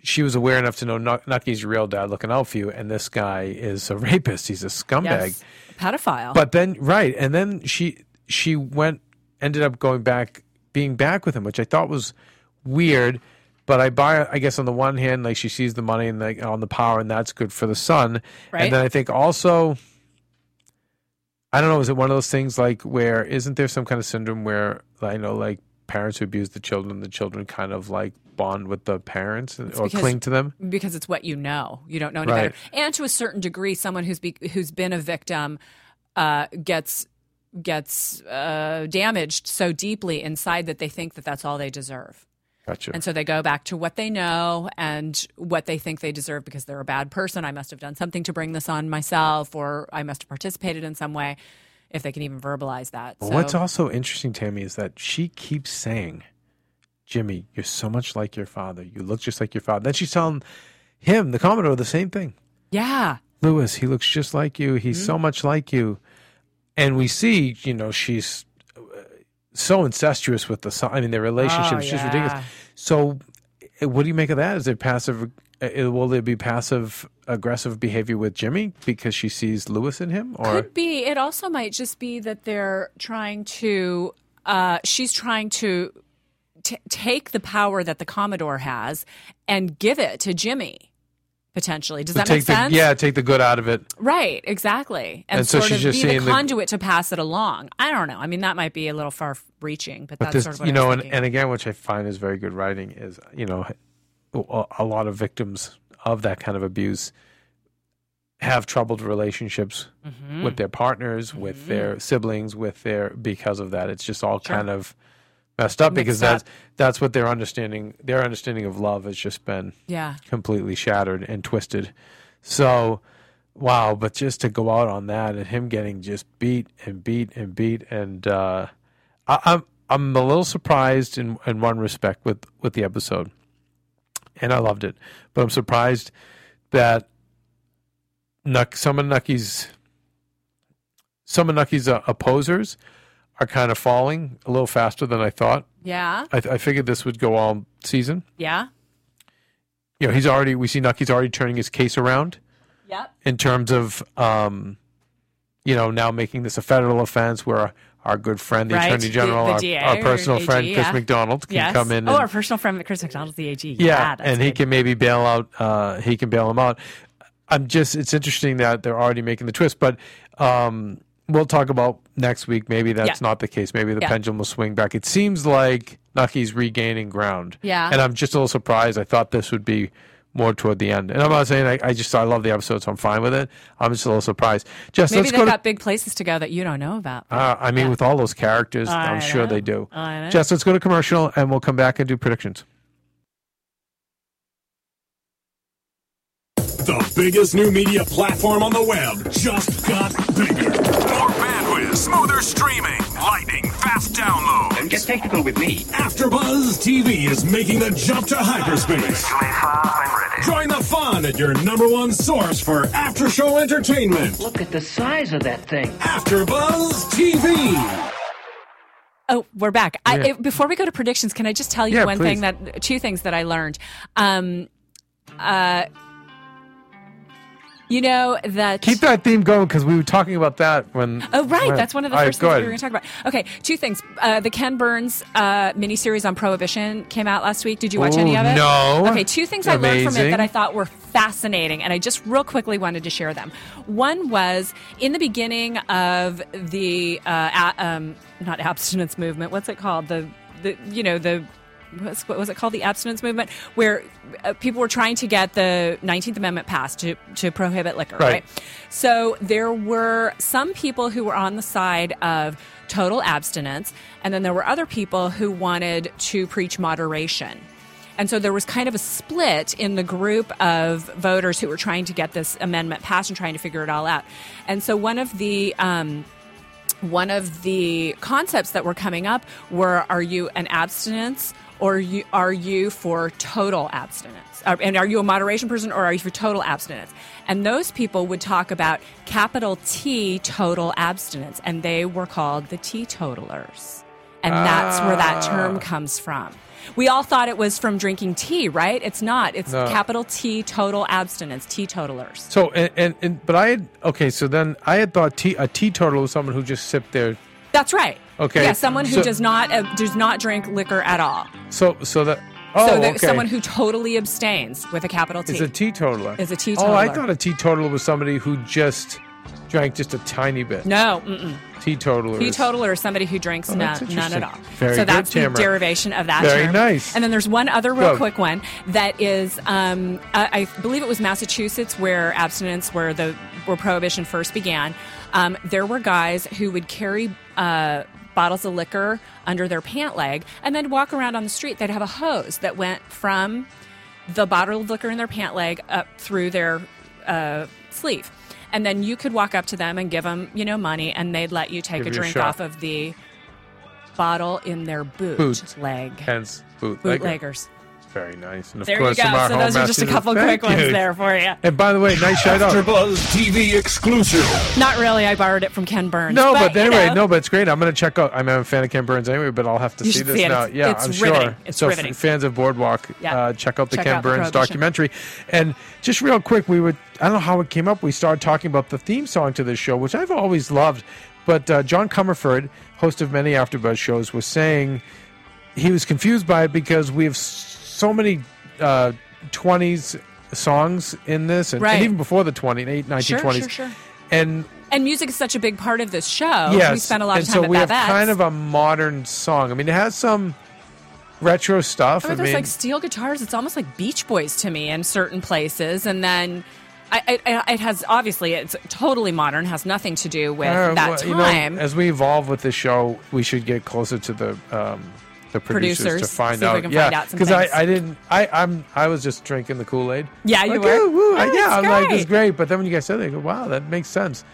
Speaker 4: she was aware enough to know Nuck- Nucky's your real dad looking out for you, and this guy is a rapist. He's a scumbag.
Speaker 5: yes. Pedophile.
Speaker 4: But then, right, and then she she went ended up going back being back with him, which I thought was weird. But I buy, I guess, on the one hand, like she sees the money and like on the power, and that's good for the son.
Speaker 5: Right.
Speaker 4: And then I think also, I don't know, is it one of those things like where isn't there some kind of syndrome where I know like parents who abuse the children, the children kind of like bond with the parents and or
Speaker 5: because-
Speaker 4: cling to them?
Speaker 5: because it's what you know. You don't know any
Speaker 4: Right.
Speaker 5: better. And to a certain degree, someone who's be, who's been a victim uh, gets gets uh, damaged so deeply inside that they think that that's all they deserve,
Speaker 4: Gotcha.
Speaker 5: and so they go back to what they know and what they think they deserve because they're a bad person. I must have done something to bring this on myself, or I must have participated in some way. If they can even verbalize that.
Speaker 4: But
Speaker 5: So-
Speaker 4: What's also interesting, Tammy, is that she keeps saying, Jimmy, you're so much like your father. You look just like your father. Then she's telling him, the Commodore, the same thing.
Speaker 5: yeah.
Speaker 4: Lewis, he looks just like you. He's so
Speaker 5: Mm-hmm.
Speaker 4: much like you. And we see, you know, she's uh, so incestuous with the son. I mean, their relationship
Speaker 5: Oh,
Speaker 4: is just
Speaker 5: yeah.
Speaker 4: ridiculous. So, uh, what do you make of that? Is it passive? uh, Will there be passive aggressive behavior with Jimmy because she sees Lewis in him? Or
Speaker 5: Could be. It also might just be that they're trying to. Uh, she's trying to t- take the power that the Commodore has and give it to Jimmy. Potentially, does that
Speaker 4: take
Speaker 5: make sense?
Speaker 4: the, yeah, take the good out of it.
Speaker 5: right. Exactly, and,
Speaker 4: And so
Speaker 5: sort
Speaker 4: she's
Speaker 5: of
Speaker 4: just
Speaker 5: be the
Speaker 4: seeing the-
Speaker 5: conduit to pass it along. I don't know. I mean, that might be a little far-reaching, but, that's
Speaker 4: this,
Speaker 5: sort of what
Speaker 4: you
Speaker 5: I was
Speaker 4: know, and,
Speaker 5: thinking.
Speaker 4: and again, which I find is very good writing is you know, a, a lot of victims of that kind of abuse have troubled relationships
Speaker 5: Mm-hmm.
Speaker 4: with their partners, with their siblings, with their because of that. It's just all kind of messed up because
Speaker 5: Mixed up.
Speaker 4: that's that's what their understanding their understanding of love has just been
Speaker 5: yeah,
Speaker 4: completely shattered and twisted. So, wow! But just to go out on that and him getting just beat and beat and beat, and uh, I, I'm I'm a little surprised in in one respect with with the episode, and I loved it, but I'm surprised that Nuck some of Nucky's some of Nucky's uh, opposers are kind of falling a little faster than I thought.
Speaker 5: yeah,
Speaker 4: I, I figured this would go all season
Speaker 5: yeah,
Speaker 4: you know, he's already we see Nucky's already turning his case around
Speaker 5: yep,
Speaker 4: in terms of um, you know, now making this a federal offense where our good friend, the
Speaker 5: Right,
Speaker 4: Attorney
Speaker 5: the-
Speaker 4: General,
Speaker 5: the
Speaker 4: our,
Speaker 5: DA
Speaker 4: our
Speaker 5: or
Speaker 4: personal
Speaker 5: AG,
Speaker 4: friend Chris
Speaker 5: yeah.
Speaker 4: McDonald can
Speaker 5: yes.
Speaker 4: come in
Speaker 5: oh,
Speaker 4: and,
Speaker 5: our personal friend Chris McDonald's the AG.
Speaker 4: yeah,
Speaker 5: Ah, that's
Speaker 4: and he
Speaker 5: good.
Speaker 4: can maybe bail out. Uh, he can bail him out. I'm just. It's interesting that they're already making the twist, but um, we'll talk about next week. Maybe that's
Speaker 5: Yeah.
Speaker 4: not the case. Maybe the
Speaker 5: Yeah.
Speaker 4: pendulum will swing back. It seems like Nucky's regaining ground.
Speaker 5: Yeah.
Speaker 4: and I'm just a little surprised. I thought this would be more toward the end, and I'm not saying I, I just I love the episode, so I'm fine with it. I'm just a little surprised. Just
Speaker 5: Maybe
Speaker 4: let's
Speaker 5: they've
Speaker 4: go to
Speaker 5: got big places to go that you don't know about.
Speaker 4: uh, I mean, with all those characters, I'm
Speaker 5: I
Speaker 4: sure they do.
Speaker 5: know. I know.
Speaker 4: Jess, let's go to commercial and we'll come back and do predictions.
Speaker 1: The biggest new media platform on the web just got bigger.
Speaker 6: More bandwidth, smoother streaming, lightning fast download.
Speaker 7: Don't get technical with me.
Speaker 1: AfterBuzz TV is making the jump to hyperspace. Join the fun at your number one source for after-show entertainment.
Speaker 2: Look at the size of that thing.
Speaker 1: AfterBuzz TV.
Speaker 5: Oh, we're back. I,
Speaker 4: Yeah.
Speaker 5: if- before we go to predictions, can I just tell you
Speaker 4: Yeah,
Speaker 5: one
Speaker 4: please.
Speaker 5: thing that two things that I learned? Um, uh, you know that.
Speaker 4: Keep that theme going because we were talking about that when.
Speaker 5: Oh right,
Speaker 4: when-
Speaker 5: that's one of the
Speaker 4: All right,
Speaker 5: first
Speaker 4: go
Speaker 5: things we were going
Speaker 4: ahead.
Speaker 5: to talk about. Okay, two things. Uh, the Ken Burns uh, miniseries on Prohibition came out last week. Did you watch any
Speaker 4: Ooh,
Speaker 5: of it?
Speaker 4: no.
Speaker 5: Okay, two things I learned from
Speaker 4: Amazing.
Speaker 5: it that I thought were fascinating, and I just real quickly wanted to share them. One was in the beginning of the uh, a- um, not abstinence movement. What's it called? The the you know the. what's- What was it called? The abstinence movement, where uh, people were trying to get the 19th Amendment passed to, to prohibit liquor,
Speaker 4: Right.
Speaker 5: right? So there were some people who were on the side of total abstinence, and then there were other people who wanted to preach moderation. And so there was kind of a split in the group of voters who were trying to get this amendment passed and trying to figure it all out. And so one of the um, one of the concepts that were coming up were: Are you an abstinence, or you, are you for total abstinence? Are- And are you a moderation person, or are you for total abstinence? And those people would talk about capital T total abstinence, and they were called the teetotalers. And that's where
Speaker 4: Ah.
Speaker 5: that term comes from. We all thought it was from drinking tea, right? It's not. It's
Speaker 4: No.
Speaker 5: capital T total abstinence, teetotalers.
Speaker 4: So and, and, and but I had okay. So then I had thought te- a teetotaler was someone who just sipped their.
Speaker 5: That's right.
Speaker 4: Okay.
Speaker 5: Yeah, someone who
Speaker 4: So-
Speaker 5: does not uh, does not drink liquor at all.
Speaker 4: So so that oh
Speaker 5: so that
Speaker 4: okay.
Speaker 5: someone who totally abstains with a capital T.
Speaker 4: is a teetotaler.
Speaker 5: Is a
Speaker 4: Oh, I
Speaker 5: teetotaler.
Speaker 4: thought a teetotaler was somebody who just drank just a tiny bit.
Speaker 5: no, mm-mm.
Speaker 4: Teetotaler. is-
Speaker 5: teetotaler is somebody who drinks
Speaker 4: Oh,
Speaker 5: none,
Speaker 4: that's
Speaker 5: none at
Speaker 4: interesting.
Speaker 5: all.
Speaker 4: Very
Speaker 5: so
Speaker 4: good,
Speaker 5: that's the
Speaker 4: Tamara.
Speaker 5: derivation of that
Speaker 4: Very
Speaker 5: term.
Speaker 4: nice.
Speaker 5: And then there's one other real
Speaker 4: Go.
Speaker 5: quick one that is, um, I, I believe it was Massachusetts where abstinence, where the where prohibition first began. Um, there were guys who would carry. Uh, Bottles of liquor under their pant leg, and then walk around on the street. They'd have a hose that went from the bottle of liquor in their pant leg up through their uh, sleeve. And then you could walk up to them and give them, you know, money, and they'd let you take
Speaker 4: Give
Speaker 5: a
Speaker 4: you a
Speaker 5: drink
Speaker 4: shot.
Speaker 5: off of the bottle in their boot,
Speaker 4: Boot.
Speaker 5: leg.
Speaker 4: Hence bootlegger.
Speaker 5: Bootleggers.
Speaker 4: Very nice. And of
Speaker 5: There you go.
Speaker 4: course, from our
Speaker 5: So
Speaker 4: home
Speaker 5: those are just a
Speaker 4: masters-
Speaker 5: couple
Speaker 4: Thank
Speaker 5: quick ones
Speaker 4: you.
Speaker 5: there for you.
Speaker 4: And by the way, nice shout out.
Speaker 6: AfterBuzz TV exclusive.
Speaker 5: Not really. I borrowed it from Ken Burns.
Speaker 4: No, but,
Speaker 5: you
Speaker 4: anyway,
Speaker 5: know,
Speaker 4: no, but it's great. I'm going to check out. I'm a fan of Ken Burns anyway, but I'll have to
Speaker 5: You
Speaker 4: see
Speaker 5: should
Speaker 4: this
Speaker 5: see it.
Speaker 4: now.
Speaker 5: It's-
Speaker 4: yeah,
Speaker 5: it's
Speaker 4: I'm
Speaker 5: riveting.
Speaker 4: sure.
Speaker 5: It's
Speaker 4: so, f-
Speaker 5: riveting.
Speaker 4: fans of Boardwalk,
Speaker 5: Yeah.
Speaker 4: uh, check out the
Speaker 5: Check
Speaker 4: Ken
Speaker 5: out the
Speaker 4: Burns
Speaker 5: Prohibition.
Speaker 4: documentary. And just real quick, we would. I don't know how it came up. We started talking about the theme song to this show, which I've always loved. But uh, John Comerford, host of many AfterBuzz shows, was saying he was confused by it because we have s- so many uh, 20s songs in this, and, and
Speaker 5: Right.
Speaker 4: even before the 20, 8, 1920s.
Speaker 5: Sure, sure, sure.
Speaker 4: And
Speaker 5: And music is such a big part of this show.
Speaker 4: yes.
Speaker 5: We spent a lot
Speaker 4: and
Speaker 5: of time
Speaker 4: so
Speaker 5: at
Speaker 4: we have
Speaker 5: Bavette's.
Speaker 4: kind of a modern song. I mean, it has some retro stuff. I
Speaker 5: I mean, there's
Speaker 4: mean,
Speaker 5: like steel guitars. It's almost like Beach Boys to me in certain places, and then. I, I, I- it has obviously it's totally modern has nothing to do with
Speaker 4: uh,
Speaker 5: that
Speaker 4: well, you know,
Speaker 5: time
Speaker 4: as we evolve with the show, we should get closer to the um, the producers, to
Speaker 5: Producers,
Speaker 4: find
Speaker 5: see if
Speaker 4: out.
Speaker 5: we can
Speaker 4: yeah,
Speaker 5: find out some
Speaker 4: I,
Speaker 5: things.
Speaker 4: I didn't. I I'm I was just drinking the Kool Aid.
Speaker 5: Yeah, you
Speaker 4: like,
Speaker 5: were.
Speaker 4: "Oh, woo,"
Speaker 5: Oh,
Speaker 4: yeah, I'm
Speaker 5: that's
Speaker 4: like it's
Speaker 5: great.
Speaker 4: great. But then when you guys said that, I go, wow, that makes sense.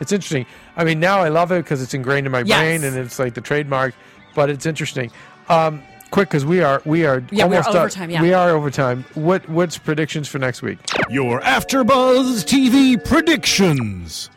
Speaker 4: It's interesting. I mean, now I love it because it's ingrained in my
Speaker 5: Yes.
Speaker 4: brain and it's like the trademark. But it's interesting. Um, quick, because we are we are
Speaker 5: Yeah, we're
Speaker 4: almost up.
Speaker 5: overtime, yeah.
Speaker 4: we are overtime. What what's predictions for next week?
Speaker 3: Your AfterBuzz TV predictions.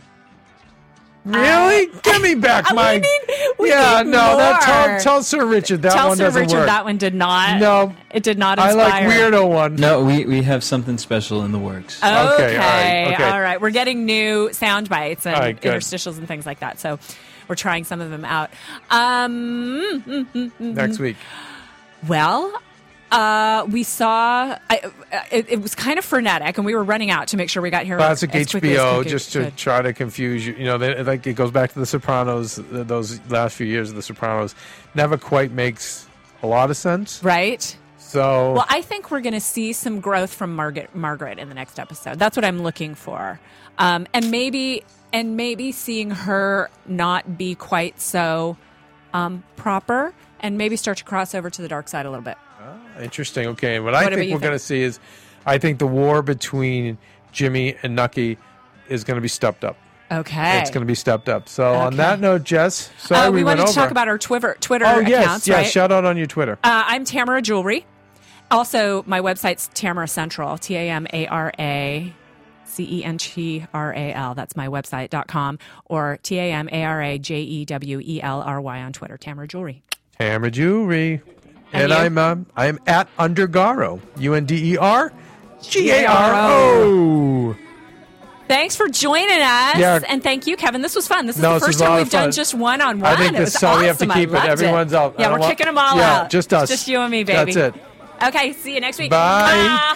Speaker 4: Really? Give me back
Speaker 5: we
Speaker 4: my.
Speaker 5: need- Um, we
Speaker 4: yeah,
Speaker 5: need
Speaker 4: no. That,
Speaker 5: more.
Speaker 4: tell, tell Sir Richard that
Speaker 5: tell
Speaker 4: one
Speaker 5: Sir
Speaker 4: doesn't
Speaker 5: Richard
Speaker 4: work.
Speaker 5: that one did not
Speaker 4: No.
Speaker 5: it did not
Speaker 4: I
Speaker 5: inspire
Speaker 4: like weirdo one.
Speaker 7: No, we, we have something special in the works.
Speaker 5: Okay, all
Speaker 4: Okay, all right,
Speaker 5: right,
Speaker 4: okay.
Speaker 5: We're getting new sound bites and
Speaker 4: All right, good.
Speaker 5: interstitials and things like that. So we're trying some of them out. Um, mm, mm, mm.
Speaker 4: Next week.
Speaker 5: well, uh, we saw I, uh, it, it was kind of frenetic, and we were running out to make sure we got here.
Speaker 4: Classic
Speaker 5: as quickly as
Speaker 4: HBO,
Speaker 5: we
Speaker 4: just to
Speaker 5: could.
Speaker 4: try to confuse you. You know, they, like it goes back to The Sopranos. th- Those last few years of The Sopranos never quite makes a lot of sense.
Speaker 5: right.
Speaker 4: So
Speaker 5: Well, I think we're going to see some growth from Margaret, Margaret in the next episode. That's what I'm looking for, um, and maybe and maybe seeing her not be quite so um, proper, and maybe start to cross over to the dark side a little bit.
Speaker 4: interesting. Okay, and what,
Speaker 5: What
Speaker 4: I
Speaker 5: about
Speaker 4: think
Speaker 5: you
Speaker 4: we're
Speaker 5: think?
Speaker 4: going to see is, I think the war between Jimmy and Nucky is going to be stepped up.
Speaker 5: Okay,
Speaker 4: It's going to be stepped up. So on
Speaker 5: Okay.
Speaker 4: that note, Jess, sorry
Speaker 5: Uh, we,
Speaker 4: went
Speaker 5: wanted to
Speaker 4: over.
Speaker 5: talk about our Twitter Twitter
Speaker 4: Oh yes,
Speaker 5: accounts,
Speaker 4: yeah.
Speaker 5: right?
Speaker 4: Shout out on your Twitter.
Speaker 5: Uh, I'm Tamara Jewelry. Also, my website's Tamara Central, T A M A R A C E N T R A L. That's my website.com or T A M A R A J E W E L R Y on Twitter, Tamara Jewelry.
Speaker 4: Tamara Jewelry. And,
Speaker 5: And you?
Speaker 4: I'm um, I'm at Undergaro. U N D E R G A R O.
Speaker 5: G-A-R-O. Thanks for joining us.
Speaker 4: Yeah.
Speaker 5: And thank you, Kevin. This was fun. This is
Speaker 4: No,
Speaker 5: the
Speaker 4: this
Speaker 5: first
Speaker 4: was a lot
Speaker 5: time
Speaker 4: of
Speaker 5: we've done
Speaker 4: fun.
Speaker 5: just one on one.
Speaker 4: I think
Speaker 5: it was
Speaker 4: that's how we have to
Speaker 5: awesome. I
Speaker 4: keep it.
Speaker 5: loved
Speaker 4: Everyone's out. I
Speaker 5: Yeah,
Speaker 4: don't
Speaker 5: we're
Speaker 4: want-
Speaker 5: kicking them all
Speaker 4: Yeah,
Speaker 5: out.
Speaker 4: just us.
Speaker 5: Just you and me, baby.
Speaker 4: That's it.
Speaker 5: Okay, see you next week.
Speaker 4: Bye.